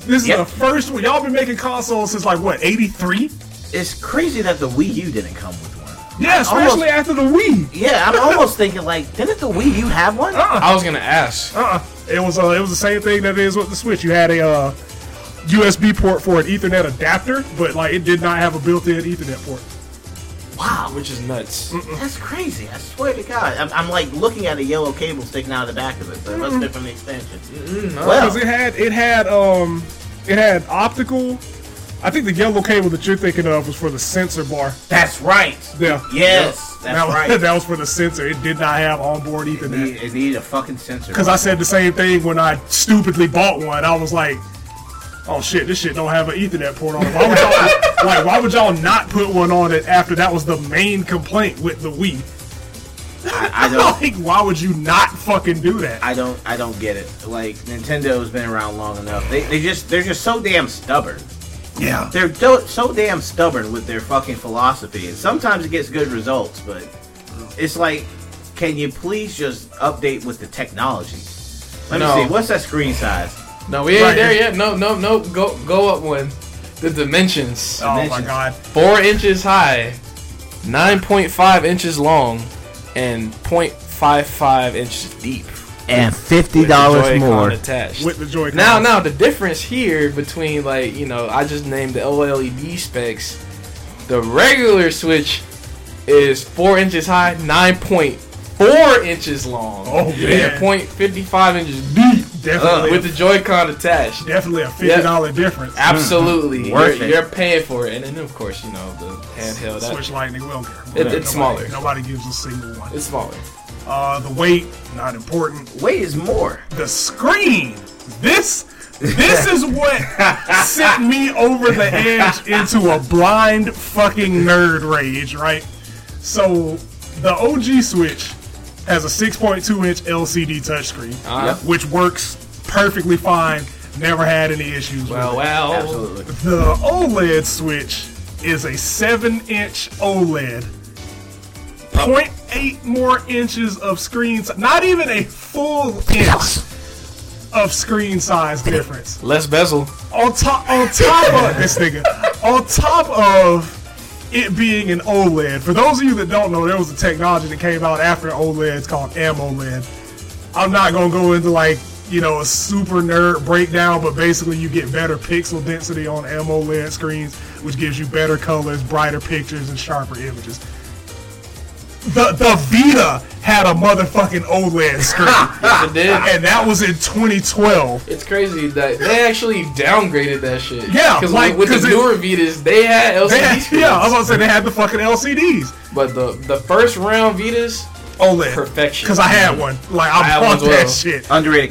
A: This is
C: Yep.
A: the first one. Y'all been making consoles since like what eighty three?
C: It's crazy that the Wii U didn't come with one.
A: Yeah, especially
C: almost-
A: after the Wii.
C: Yeah, I'm almost thinking like, didn't the Wii U have one?
B: I was gonna ask.
A: Uh-uh. It was uh, it was the same thing that it is with the Switch. You had a uh, USB port for an Ethernet adapter, but like it did not have a built-in Ethernet port.
C: Wow,
B: Which is nuts.
C: that's crazy. I swear to God, I'm, I'm like looking at a yellow cable sticking out of the back of it, so it must have been from the extension.
A: Because
C: Well,
A: it had it had um it had optical. I think the yellow cable that you're thinking of was for the sensor bar.
C: that's right.
A: Yeah.
C: Yes, that's
A: that, was-
C: right.
A: that was for the sensor. It did not have onboard
C: It
A: Ethernet.
C: need- it needed a fucking sensor.
A: Because I said the same thing when I stupidly bought one. I was like, "Oh shit, this shit don't have an Ethernet port on it. Why would y'all like? Why would y'all not put one on it after that was the main complaint with the Wii?
C: I don't
A: like, why would you not fucking do that?
C: I don't I don't get it. Like Nintendo's been around long enough. They, they just they're just so damn stubborn.
A: Yeah,
C: They're do- so damn stubborn with their fucking philosophy, and sometimes it gets good results, but it's like, can you please just update with the technology? Let
B: No.
C: me see. What's that screen size?
B: No, we ain't
A: Right.
B: there yet. No, no, no. Go, go up one. The dimensions:
A: Oh my
C: Dimensions.
A: god.
B: four inches high, nine point five inches long, and 0.55 inches deep.
C: And fifty
B: with the Joy-Con attached.
A: With the Joy-Con.
B: Now, now the difference here between like you know I just named the OLED specs. The regular Switch is four inches high, nine point four inches long,
A: Oh, man.
B: and point fifty five inches deep
A: Definitely,
B: with the Joy-Con attached.
A: definitely a fifty dollar difference.
B: Absolutely,
C: Mm-hmm. Worth
B: you're,
C: it.
B: you're paying for it, and then of course you know the handheld. That,
A: Switch Lightning, we don't care.
B: It- it's
A: Nobody-
B: smaller.
A: Nobody gives a single one.
B: it's smaller.
A: Uh, the weight, not important.
C: Weight is more.
A: the screen. This this is what sent me over the edge into a blind fucking nerd rage, right? So the OG Switch has a 6.2 inch LCD touchscreen,
B: Uh-huh.
A: which works perfectly fine. Never had any issues.
B: Well,
A: with
B: well,
C: Absolutely.
A: it. The OLED Switch is a 7 inch OLED. 0.8 more inches of screen, si- not even a full inch of screen size difference.
B: less bezel.
A: On top, on top of this nigga, on top of it being an OLED. For those of you that don't know, there was a technology that came out after OLED. It's called AMOLED. E I'm not gonna go into like you know a super nerd breakdown, but basically you get better pixel density on AMOLED E screens, which gives you better colors, brighter pictures, and sharper images. The the Vita had a motherfucking OLED screen,
B: It did.
A: and that was in 2012.
B: It's crazy that they actually downgraded that shit.
A: Yeah,
B: because
A: like,
B: with,
A: 'cause
B: the
A: it-
B: newer Vitas, they had LCD
A: They had,
B: screens.
A: yeah, I was about to say they had the fucking LCDs.
B: but the the first round Vitas,
A: OLED.
B: Perfection.
A: Because Oh, I had one. Like, I,
B: I had one
A: bought
B: as well.
A: that shit.
C: Underrated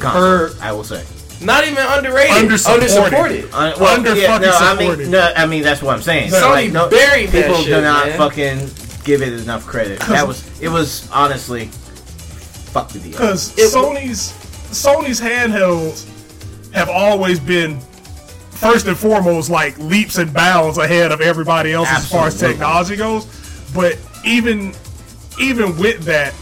B: Per-
C: console. I will say.
B: Not even underrated.
A: Undersupported.
B: Undersupported.
C: Uh,
A: Under fucking
C: no, I
A: supported.
C: mean, no, I mean that's what I'm saying.
B: Sony
C: no,
B: buried that
C: people
B: shit,
C: do not
B: man.
C: fucking give it enough credit. That was it was honestly fuck the deal.
A: Because Sony's Sony's handhelds have always been first and foremost like leaps and bounds ahead of everybody else as far as
C: Absolutely.
A: technology goes. But even even with that,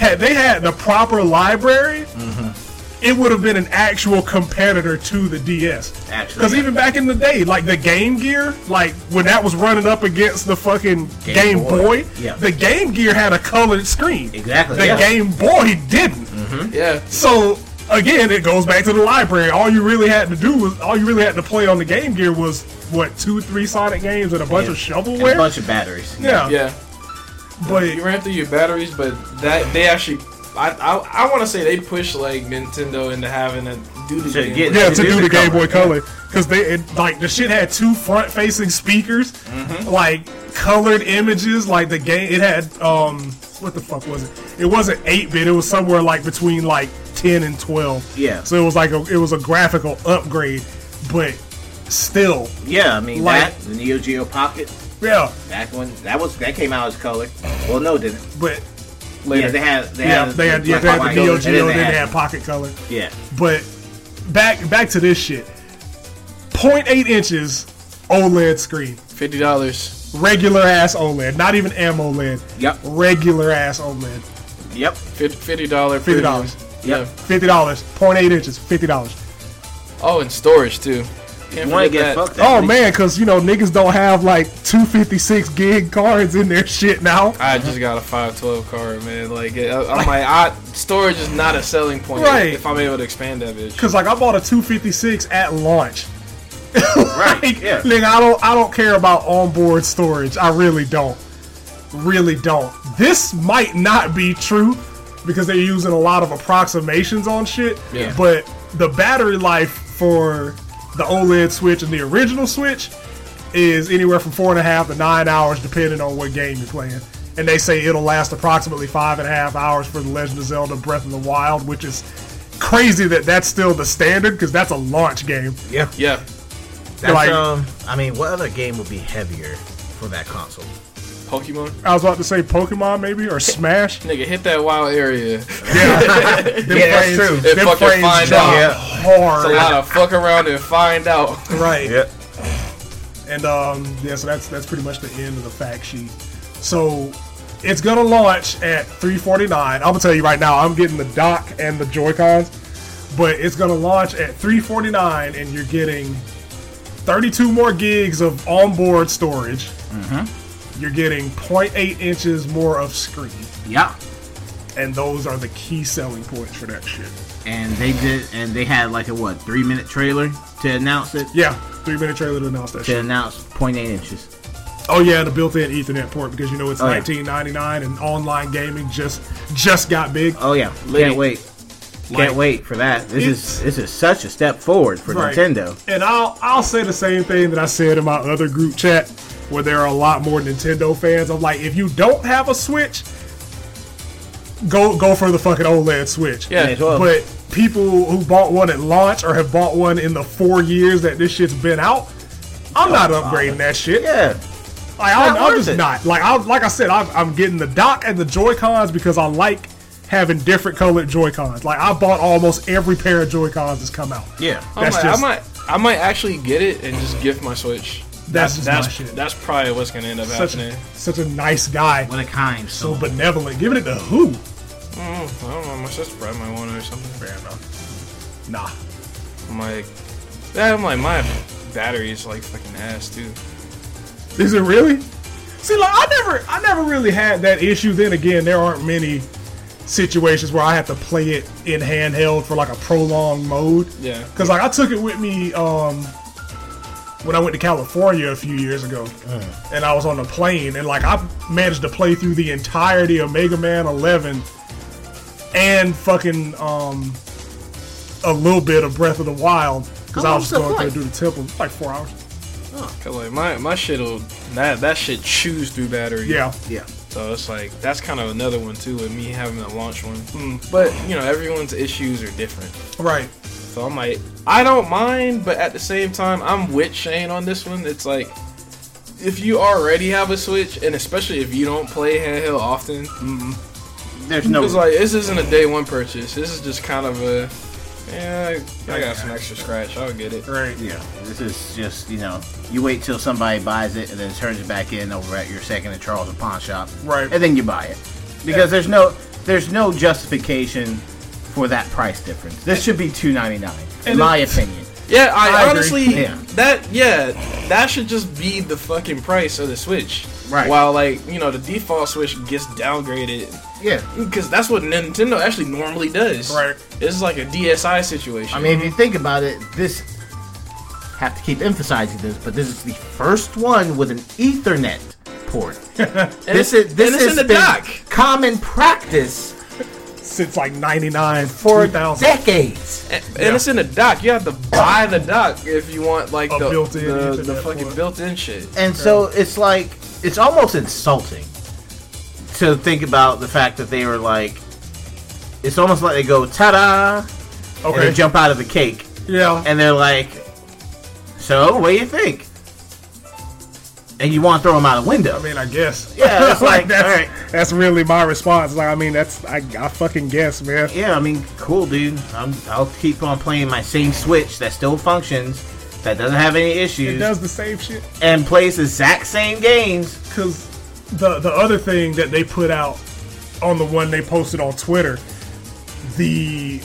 A: had they had the proper library,
C: Mm-hmm.
A: it would have been an actual competitor to the DS.
C: Actually,
A: Because
C: yeah.
A: even back in the day, like the Game Gear, like when that was running up against the fucking Game,
C: Game
A: Boy,
C: Boy. Yeah.
A: the Game Gear had a colored screen.
C: Exactly,
A: The
C: yeah.
A: Game Boy didn't.
B: Yeah.
A: So again, it goes back to the library. All you really had to do was all you really had to play on the Game Gear was what two, three Sonic games and a bunch of
C: And
A: shovelware.
C: a bunch of batteries.
A: yeah.
B: Yeah. You
A: but
B: ran through your batteries, but that they actually, I I, I want to say they pushed like Nintendo into having a do the
C: To
B: game.
C: get-
A: yeah,
C: It
A: to
C: is
A: do
C: a
A: the Game Boy
C: color,
A: Color because they it, like the shit had two front-facing speakers,
C: Mm-hmm.
A: like colored images. Like the game, it had um, what the fuck was it? It wasn't eight bit. It was somewhere like between like ten and twelve.
C: Yeah.
A: So it was like a it was a graphical upgrade, but still,
C: Yeah, I mean
A: Like-
C: that the Neo Geo Pocket
A: yeah.
C: back when that was that came out as color. Well, no, it didn't.
A: But
C: Yeah, they had they
A: Yeah,
C: had
A: they had, yeah,
C: like,
A: they had
C: like,
A: the Neo
C: and then
A: Geo,
C: they
A: then they
C: had-
A: had Pocket Color.
C: yeah.
A: But back back to this shit. 0.8 inches OLED screen.
B: Fifty dollars.
A: Regular ass OLED. Not even AMOLED.
C: Yep.
A: Regular ass OLED.
C: Yep.
B: Fifty dollar.
A: $50.
B: Yeah.
A: $50. 0.8 inches. $50.
B: Oh, and storage too. Can't
C: You want to
B: forget
C: get
B: that.
C: fucked?
A: Oh man, cause you know niggas don't have like 256 gig cards in their shit now.
B: I just got a 512 card, man. Like, I, I'm like, I, storage is not a selling point
A: Right.
B: if I'm able to expand that bitch.
A: Cause like I bought a 256 at launch.
C: Right.
A: Like,
C: Yeah.
A: nigga, I don't I don't care about onboard storage. I really don't. Really don't. This might not be true because they're using a lot of approximations on shit.
B: Yeah.
A: But the battery life for the OLED Switch and the original Switch is anywhere from four and a half to nine hours, depending on what game you're playing. And they say it'll last approximately five and a half hours for The Legend of Zelda Breath of the Wild, which is crazy that that's still the standard because that's a launch game.
C: Yeah.
B: Yeah.
C: That's,
A: Like-
C: um, I mean, what other game would be heavier for that console?
B: Pokemon.
A: I was about to say Pokemon maybe or Smash.
B: Nigga, hit that wild area.
A: Them
C: Yeah, that's
A: frames-
C: true.
B: They
A: them
B: fucking
A: frames
B: find
A: drop
B: out.
C: Yeah.
A: hard.
B: It's a lot of fuck around and find out.
A: right.
C: Yep.
A: And um, yeah, so that's that's pretty much the end of the fact sheet. So it's gonna launch at 3:49. I'm gonna tell you right now, I'm getting the dock and the Joy Cons, but it's gonna launch at 3:49, and you're getting 32 more gigs of onboard storage. You're getting 0.8 inches more of screen,
E: Yeah.
A: and those are the key selling points for that shit.
E: And they did, and they had like a what three minute trailer to announce it.
A: Yeah, three minute trailer to announce that
E: To
A: shit.
E: announce 0.8 inches.
A: Oh yeah, the built-in Ethernet port because you know it's
E: Oh, yeah.
A: 1999 and online gaming just just got big.
E: Oh yeah,
B: Lady.
E: can't wait. Can't
A: Like-
E: wait for that. This
A: It's-
E: is this is such a step forward for
A: Right.
E: Nintendo.
A: And I'll I'll say the same thing that I said in my other group chat where there are a lot more Nintendo fans. I'm like, if you don't have a Switch, go go for the fucking OLED Switch.
B: Yeah.
C: May as well.
A: But people who bought one at launch or have bought one in the four years that this shit's been out,
E: Oh,
A: I'm not upgrading that shit.
C: yeah.
A: Like I'm,
C: not
A: I'm
C: worth
A: just
C: it.
A: not like I like I said I'm, I'm getting the dock and the Joy Cons because I like having different colored Joy Cons. Like I bought almost every pair of Joy Cons that's come out.
C: Yeah.
B: I'm
A: That's
B: like,
A: just-
B: I might, I might actually get it and just gift my Switch.
A: That's just
B: that's
A: my shit.
B: that's probably what's gonna end up
A: Such a,
B: happening.
A: such a nice guy,
E: What a kind. So
A: so benevolent. Giving it to who?
B: I don't know. My sister probably might want it or something.
A: Nah.
B: I'm like, yeah. I'm like, my battery's like fucking ass too.
A: Is it really? See, like I never, I never really had that issue. Then again, there aren't many situations where I have to play it in handheld for like a prolonged mode.
B: Yeah.
A: Because like I took it with me um, when I went to California a few years ago, and I was on the plane, and like I managed to play through the entirety of Mega Man 11 and fucking um, a little bit of Breath of the Wild because
E: How
A: I
E: long was
A: was
E: the
A: going through
E: flight?
A: do the temple like four hours.
B: Cause like my my shit'll that that shit chews through battery.
A: Yeah.
C: Yeah.
B: So it's like that's kind of another one too, with me having to launch one. But you know, everyone's issues are different.
A: Right.
B: So I'm like, I don't mind, but at the same time, I'm with Shane on this one. It's like, if you already have a Switch, and especially if you don't play handheld often,
F: There's no.
B: it's like this isn't a day one purchase. This is just kind of a, yeah, I got some extra scratch. I'll get it.
A: Right.
F: yeah,
E: This is just, you know, you wait till somebody buys it and then turns it back in over at your second and Charles and pawn shop.
A: Right.
E: And then you buy it. Because there's no there's no justification for that price difference. This should be two ninety nine, in
B: And
E: my opinion.
B: Yeah,
A: I
B: I,
A: agree.
B: honestly
E: Yeah.
B: that yeah that should just be the fucking price of the Switch.
E: Right.
B: While like you know the default Switch gets downgraded
E: Yeah.
B: because that's what Nintendo actually normally does.
A: Right.
B: It's like a DSi situation.
E: I mean if you think about it, this have to keep emphasizing this, but this is the first one with an Ethernet port.
B: And
E: this
B: it's-
E: is this
B: and it's
E: has
B: in the
E: been
B: dock.
E: common practice
A: Since like 99,
E: for
A: 2000.
E: decades.
B: And, and it's in the dock. You have to buy the dock if you want like
A: A
B: the
A: built-in
B: the, the
A: Ethernet
B: fucking
A: port.
B: built-in shit.
E: And so it's like it's almost insulting
C: to think about the fact that they were like, it's almost like they go ta-da and
A: Okay.
C: they jump out of the cake
A: yeah.
C: and they're like, so what do you think? And you want to throw them out a window.
A: I mean, I guess.
C: Yeah, it's like,
A: that's,
C: alright.
A: that's really my response. Like, I mean, that's I, I fucking guess, man.
C: Yeah, I mean, cool, dude. I'm, I'll keep on playing my same Switch that still functions, that doesn't have any
A: It
C: issues,
A: does the same shit.
C: and plays the exact same games.
A: because the the other thing that they put out on the one they posted on Twitter, the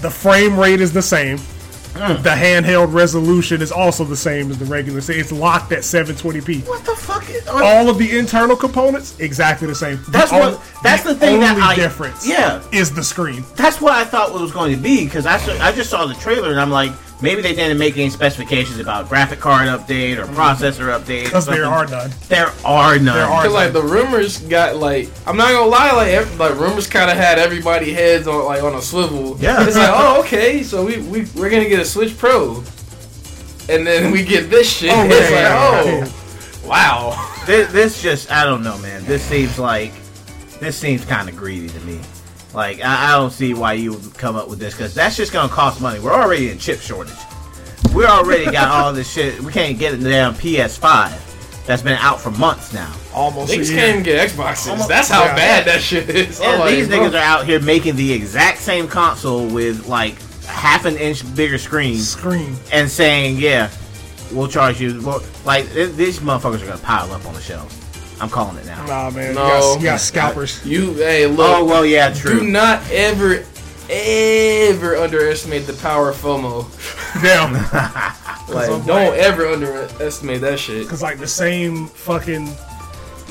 A: the frame rate is the same.
B: Mm.
A: The handheld resolution is also the same as the regular. So it's locked at 720p.
C: What the fuck is?
A: All of the internal components exactly the same.
C: That's
A: the
C: what-
A: on-
C: that's the thing that
A: only
C: I-
A: difference.
C: yeah.
A: is the screen.
C: That's what I thought it was going to be because I, saw- I just saw the trailer and I'm like, maybe they didn't make any specifications about graphic card update or processor update.
A: Because there
C: something.
A: are none.
C: there are none.
A: There are-
B: Cause like the rumors got like I'm not gonna lie like ev- like rumors kind of had everybody heads on like on a swivel.
C: Yeah.
B: It's like oh okay so we we we're gonna get a Switch Pro, and then we get this shit.
A: Oh,
B: it's
A: yeah.
B: like oh wow.
C: This, this just I don't know, man. This seems like this seems kind of greedy to me. Like I, I don't see why you would come up with this because that's just gonna cost money. We're already in chip shortage. We already got all this shit. We can't get a damn PS5 that's been out for months now.
A: Almost. a
B: Niggas
A: year.
B: can't even get Xboxes. That's how
A: yeah.
B: bad that shit is. I'm
C: And
B: Oh, like,
C: these
B: bro.
C: niggas are out here making the exact same console with like half an inch bigger screen
A: Screen.
C: and saying, "Yeah, we'll charge you." more." Like th- these motherfuckers are gonna pile up on the shelves. I'm calling it now.
A: Nah, man.
B: No.
A: You, got, you got scalpers.
B: You hey look.
C: Oh well, yeah, true.
B: Do not ever, ever underestimate the power of FOMO.
A: Damn.
B: Like,
A: I'm
B: don't ever underestimate that shit.
A: Because, like, the same fucking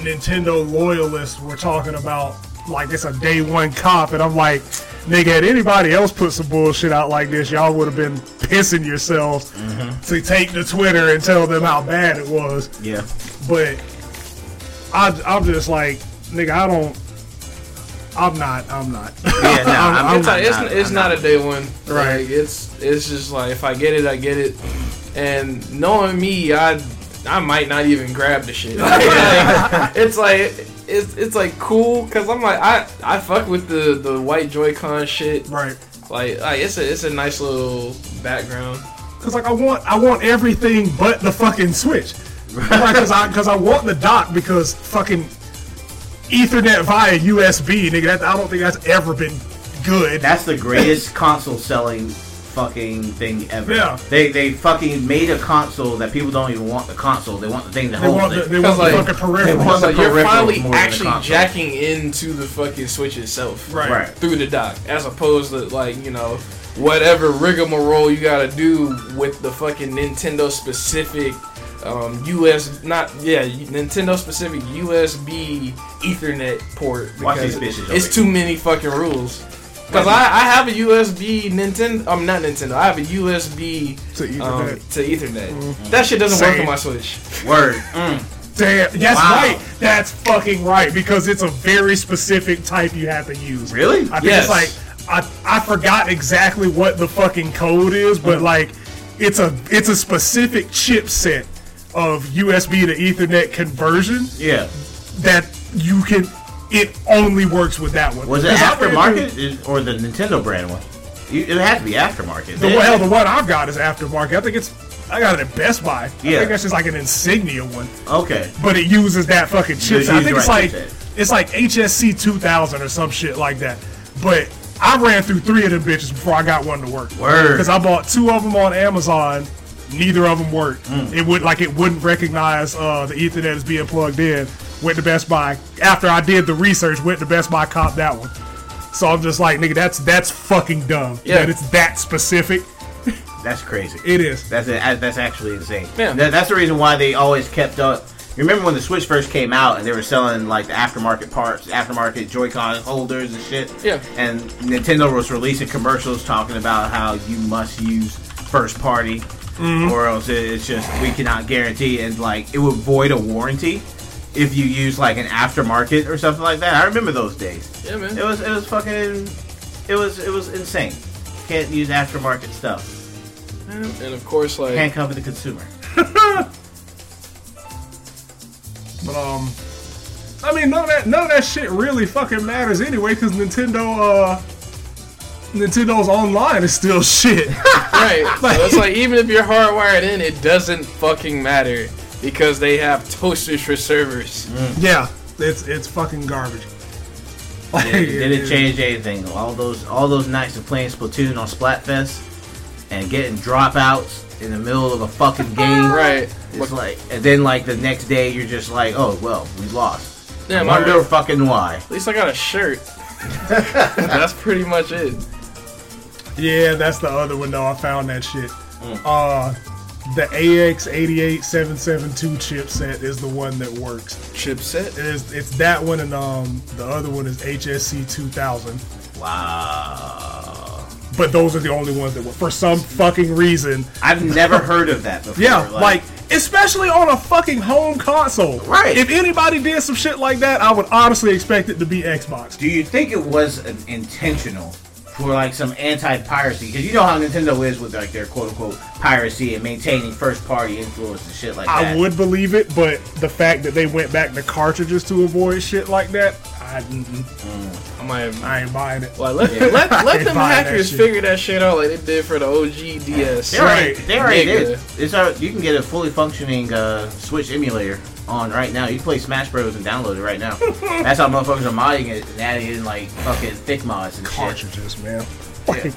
A: Nintendo loyalists were talking about, like, it's a day one cop, and I'm like, nigga, had anybody else put some bullshit out like this, y'all would have been pissing yourselves
B: Mm-hmm.
A: to take to Twitter and tell them how bad it was.
C: yeah.
A: But I, I'm just like, nigga, I don't. I'm not. I'm not.
C: Yeah, no, I'm,
B: it's
C: I'm
B: not, it's,
C: not-
B: it's
C: I'm
B: not a day one.
A: Right.
B: Like, it's it's just like if I get it, I get it. And knowing me, I I might not even grab the shit. Like, it's like it's it's like cool because I'm like I I fuck with the the white Joy-Con shit.
A: right.
B: Like, like it's a it's a nice little background.
A: Cause like I want, I want everything but the fucking switch. Right, Cause I, cause I want the dock because fucking Ethernet via USB, nigga. That, I don't think that's ever been good.
C: That's the greatest console selling fucking thing ever.
A: Yeah.
C: They they fucking made a console that people don't even want the console. They want the thing to
A: They
C: hold
A: want, the,
C: it.
A: they want
B: Cause,
A: the
B: like,
A: fucking peripheral.
C: they want-
B: So
C: the
B: you're
C: peripherals
B: finally
C: more than the
B: actually
C: console.
B: jacking into the fucking Switch itself
A: right.
C: right.
B: through the dock, as opposed to like you know whatever rigmarole you gotta do with the fucking Nintendo specific um, US not yeah Nintendo specific USB Ethernet port
C: Watch
B: because
C: these bitches over
B: it's
C: here.
B: too many fucking rules. Cause I, I have a USB Nintendo I'm not Nintendo I have a USB
A: To Ethernet. Mm-hmm.
B: um, to Ethernet that shit doesn't work
A: Same.
B: on my Switch
C: Word. Mm.
A: Damn. That's
C: Wow.
A: right. That's fucking right. Because it's a very specific type you have to use.
C: Really?
A: I think
B: Yes.
A: it's like I I forgot exactly what the fucking code is, but
C: Uh-huh.
A: like it's a it's a specific chipset of USB to Ethernet conversion
C: Yeah.
A: that you can it only works with that one.
C: Was it
A: 'Cause I ran through-
C: aftermarket is- or the Nintendo brand one? You, it has to be aftermarket.
A: The one, hell, the one I've got is aftermarket. I think it's I got it at Best Buy. I
C: Yeah.
A: think that's just like an insignia one,
C: okay.
A: but it uses that fucking chipset. I
C: use
A: think
C: the
A: it's
C: right
A: like
C: chipset.
A: it's like HSC 2000 or some shit like that. But I ran through three of them bitches before I got one to work.
C: Word.
A: Because I bought two of them on Amazon. Neither of them worked.
C: Mm.
A: It would like it wouldn't recognize uh, the Ethernet as being plugged in. Went to Best Buy after I did the research. Went to Best Buy, copped that one. So I'm just like, nigga, that's that's fucking dumb.
B: Yeah.
A: that it's that specific.
C: That's crazy.
A: It is.
C: That's a, that's actually insane.
B: Yeah.
C: That- that's the reason why they always kept up. You remember when the Switch first came out and they were selling like the aftermarket parts, aftermarket Joy-Con holders and shit.
B: Yeah.
C: And Nintendo was releasing commercials talking about how you must use first party,
B: Mm-hmm.
C: or else it- it's just we cannot guarantee and like it would void a warranty if you use like an aftermarket or something like that. I remember those days.
B: Yeah, man.
C: It was it was fucking, it was it was insane. Can't use aftermarket stuff.
B: And of course, like
C: Can't cover the consumer.
A: But um, I mean, none of that none of that shit really fucking matters anyway. Because Nintendo, uh, Nintendo's online is still shit.
B: right. so it's like even if you're hardwired in, it doesn't fucking matter because they have toasters for servers.
A: yeah, it's it's fucking garbage. Like,
C: Did, did it change anything? All those all those nights of playing Splatoon on Splatfest and getting dropouts in the middle of a fucking
B: Mm.
C: game.
B: Right.
C: It's like and then like the next day you're just like, oh well, we lost.
B: Yeah,
C: I
B: am I
C: wonder
B: right?
C: fucking why.
B: At least I got a shirt. That's pretty much it.
A: Yeah, that's the other one though. I found that shit. Uh, the AX88772 chipset is the one that works.
B: Chipset.
A: It is, it's that one, and um, the other one is HSC 2000.
C: Wow.
A: But those are the only ones that work. For some fucking reason,
C: I've never heard of that before.
A: Yeah, like, especially on a fucking home console.
C: Right.
A: If anybody did some shit like that, I would honestly expect it to be Xbox.
C: do you think it was an intentional for like some anti-piracy? Because you know how Nintendo is with like their quote-unquote piracy and maintaining first-party influence and shit like that.
A: I would believe it, but the fact that they went back to cartridges to avoid shit like that, I, mm-mm,
B: I might have.
A: I ain't buying it.
B: Well, let, let, let them
A: Buy that
B: hackers
A: shit.
B: figure that shit out like they did for the OG DS.
C: They already,
A: Right.
C: they already
B: Nigga.
C: did. It's our, you can get a fully functioning uh, Switch emulator on right now. You can play Smash Bros and download it right now. That's how motherfuckers are modding it and adding in like fucking thick mods and shit.
A: Cartridges, man. Like,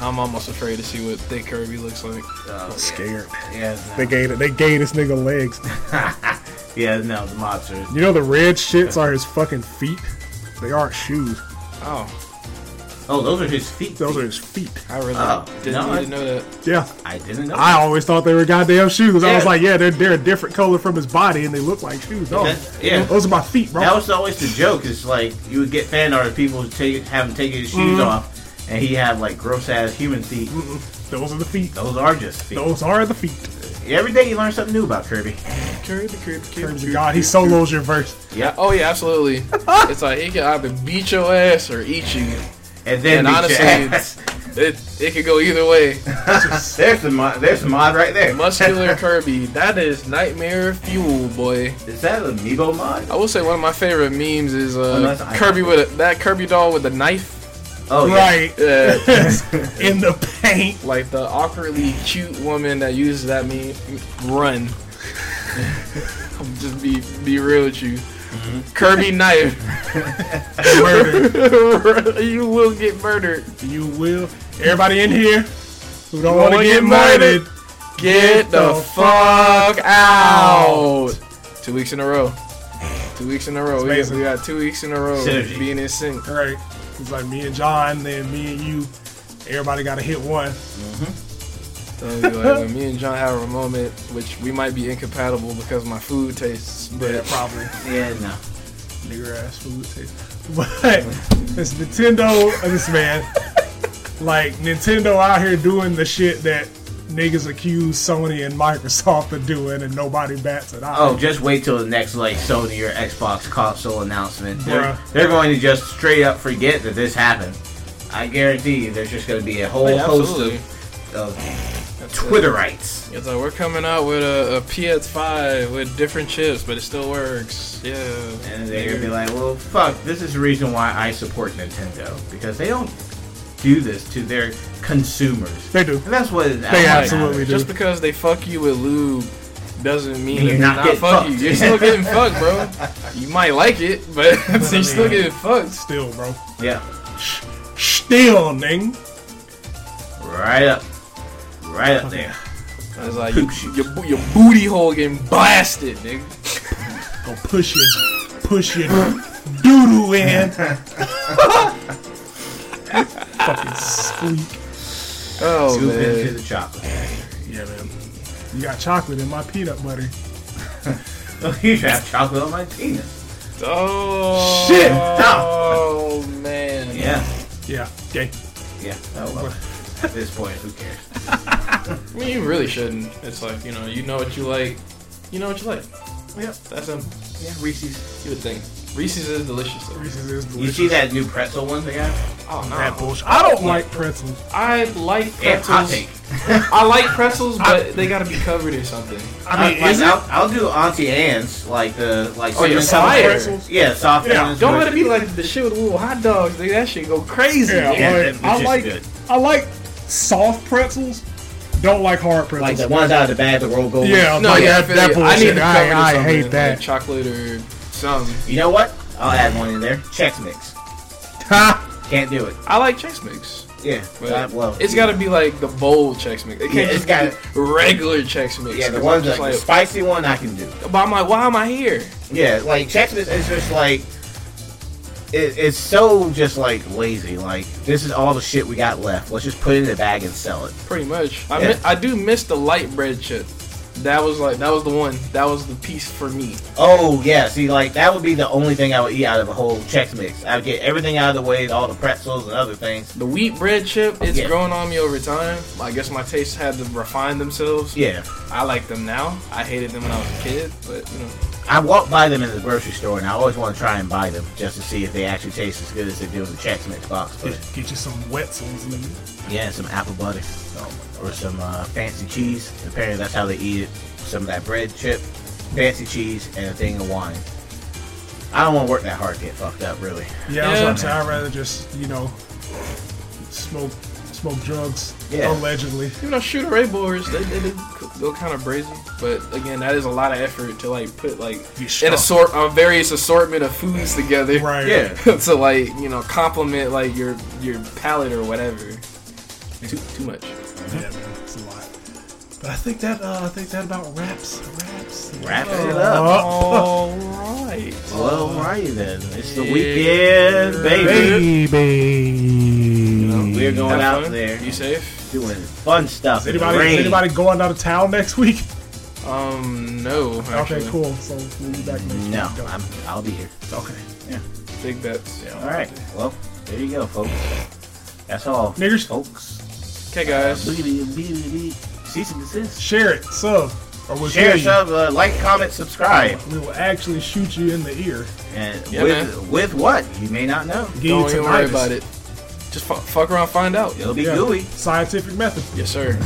B: I'm almost afraid to see what Thick Kirby looks like.
C: Uh,
A: scared.
C: yeah,
A: They gave it. They gave this nigga legs.
C: yeah, no, the mods are.
A: You know the red shits are his fucking feet. They aren't shoes.
B: Oh,
C: Oh, those are his feet.
A: Those are his feet.
B: I really
C: Oh,
B: didn't
C: no,
B: need
C: I-
B: to know that.
A: Yeah.
C: I didn't know.
A: I always thought they were goddamn shoes. I was
C: Yeah.
A: like, yeah, they're, they're a different color from his body, and they look like shoes. Oh,
C: That- yeah.
A: those are my feet, bro.
C: That was always the joke. Is like you would get fan art of people who take, having taken his shoes
A: Mm-hmm.
C: off, and he had like gross ass human feet.
A: Those are the feet.
C: Those are just feet.
A: Mm-hmm. Those are the feet.
C: Every day you learn something new about Kirby.
B: Kirby, Kirby, Kirby.
A: Terms of God, he solos your verse.
C: Yep.
B: Oh yeah, absolutely. it's like he can either beat your ass or eat you.
C: And then
B: And
C: beat
B: honestly,
C: your ass.
B: It it could go either way.
C: There's the mod. There's the mod right there.
B: Muscular Kirby, that is nightmare fuel, boy.
C: Is that an amiibo mod?
B: I will say one of my favorite memes is uh,
C: Unless I-
B: Kirby with a, that Kirby doll with the knife.
C: Oh yeah.
A: Right.
B: Yeah.
A: In the paint.
B: like the awkwardly cute woman that uses that meme, run. Just be be real with you. Kirby knife,
A: Murder.
B: you will get murdered.
A: you will. Everybody in here who don't want to
B: wanna
A: get
B: get
A: murdered.
B: Get the
A: the
B: fuck out. Two weeks in a row. Two weeks in a row. We got,
A: amazing.
B: we got two weeks in a row
C: Synergy.
B: being in sync.
A: Right. It's like me and John, then me and you. Everybody got to hit one.
B: So we like, when me and John have a moment, which we might be incompatible because my food tastes, but
A: Yeah, probably.
C: Yeah, no.
A: nigger ass food taste. But this Nintendo, uh, this man, like Nintendo out here doing the shit that niggas accuse Sony and Microsoft of doing, and nobody bats an eye.
C: Oh, just wait till the next like Sony or Xbox console announcement. They're,
A: Bruh.
C: they're going to just straight up forget that this happened. I guarantee you, there's just going to be a whole host
B: absolutely.
C: of, of Twitterites.
B: It's like we're coming out with a, a PS5 with different chips, but it still works. Yeah.
C: And they're going to be like, well, fuck, this is the reason why I support Nintendo. Because they don't
E: do this to their consumers.
A: They do.
E: And that's what it
A: They absolutely do.
B: Just because they fuck you with lube doesn't mean
E: You're
B: you're
E: not
B: not,
E: getting
B: fuck you.
E: fucked.
B: You're still getting fucked, bro. You might like it, but you're still getting fucked.
A: Still, bro.
E: Yeah.
A: Still, Ning.
E: Right up. Right up there.
B: It's like you, your, bo- your booty hole getting blasted, nigga.
A: Gonna push your, push your doodoo in. Fucking squeak.
B: Oh
E: Scoop into
B: man,
E: the chocolate.
A: Yeah, man. You got chocolate in my peanut butter.
E: you should have chocolate on my penis.
B: oh
A: Shit.
B: oh man.
E: Yeah.
A: Yeah, gay.
E: Yeah. Oh, well. At this point, who cares?
B: I mean, you really shouldn't. It's like you know, you know what you like, you know what you like. Yep, that's um,
E: Yeah, Reese's.
B: you would think. Reese's is delicious. Though.
A: Reese's is
E: You
A: delicious.
E: see that new pretzel one they got?
B: Oh
A: That
B: no,
A: bullshit. I don't like pretzels.
B: I like
E: And hot
B: pretzels.
E: take.
B: I like pretzels, but they gotta be covered in something.
A: I mean,
E: like,
A: is it?
E: I'll, I'll do Auntie Anne's, like the like
B: Oh,
E: cinnamon
B: your soft
E: covered-
B: pretzels?
E: Yeah, soft
A: Yeah.
E: ones.
B: Don't
E: with-
B: let it be like the shit with the little hot dogs. Nigga, that shit go crazy.
A: Yeah, like,
B: nigga.
E: that-
A: I
E: it's
A: like
E: good.
A: I like soft pretzels. Don't like hard pretzels.
C: Like the ones out of the bag that roll gold.
A: yeah,
B: No,
A: like
B: yeah,
A: that, that
B: I, feel you. I
A: bullshit.
B: need to cover
A: I,
B: it in
A: I,
B: something,
A: hate
B: like
A: that.
B: chocolate or something.
C: You know what?
E: I'll add one in there. Chex Mix.
A: Ha!
C: Can't do it.
B: I like Chex Mix.
C: Yeah.
B: But
C: I love
B: it's got to be like the bold Chex Mix. It can't
C: Yeah, it's
B: just be regular Chex Mix.
C: Yeah, the
B: 'cause
C: ones
B: I'm
C: like,
B: just
C: the spicy one I can do.
B: but I'm like, why am I here?
C: Yeah, like Chex Mix is just like it, it's so just like lazy. Like this is all the shit we got left. Let's just put it in a bag and sell it.
B: Pretty much. I
C: Yeah.
B: mi- I do miss the light bread chip. That was like that was the one. That was the piece for me.
C: Oh yeah, see, like that would be the only thing I would eat out of a whole Chex Mix. I would get everything out of the way, all the pretzels and other things.
B: The wheat bread chip, it's
C: Yeah.
B: grown on me over time. I guess my tastes had to refine themselves.
C: Yeah,
B: I like them now. I hated them when I was a kid, but you know.
C: I walk by them in the grocery store, and I always want to try and buy them just to see if they actually taste as good as they do in the Chex Mix box. But
A: Get you some Wetzels, nigga.
C: yeah, some apple butter or some uh, fancy cheese. Apparently, that's how they eat it. Some of that bread chip, fancy cheese, and a thing of wine. I don't want to work that hard to get fucked up, really.
A: Yeah, that's what
B: Yeah.
A: I'm saying. I'd rather just, you know, smoke smoke drugs
C: Yeah.
A: allegedly.
B: You know, shooter ray boards, they, they, do go kind of brazy. But again, that is a lot of effort to like put like
A: You
B: an
A: stuff.
B: assort a various assortment of foods together.
A: Right.
C: Yeah.
B: to like you know complement like your your palate or whatever. Too too much.
A: Yeah, man, it's a lot. But I think that uh, I think that about wraps wraps Uh,
C: Wrap it
A: Oh.
C: up.
B: All right.
C: Well, right then. It's the
B: Yeah,
C: weekend, baby.
A: baby.
C: We're going
B: Mm, Have
C: out
B: fun.
C: there
B: You safe?
C: doing fun stuff.
A: Is
C: in the
A: anybody
C: rain.
A: is anybody going out of town next week?
B: Um, no. Actually.
A: Okay, cool. So we'll be back next
C: No,
A: week.
C: I'm, I'll be here.
A: Okay.
B: Big bets.
C: All right. Well, there you go, folks. That's all,
A: Niggers.
C: folks.
B: Okay, guys.
C: Cease and desist.
A: Share it, sub, or we'll
C: Share,
A: kill you.
C: sub, uh, like, comment, subscribe,
A: We will actually shoot you in the ear.
C: and
B: Yeah,
C: with with what you may not know,
A: Give you
B: Don't even worry
A: tinnitus.
B: about it. Just fu- fuck around, find out.
C: it'll be
A: Yeah.
C: gooey.
A: Scientific method.
B: Yes, sir.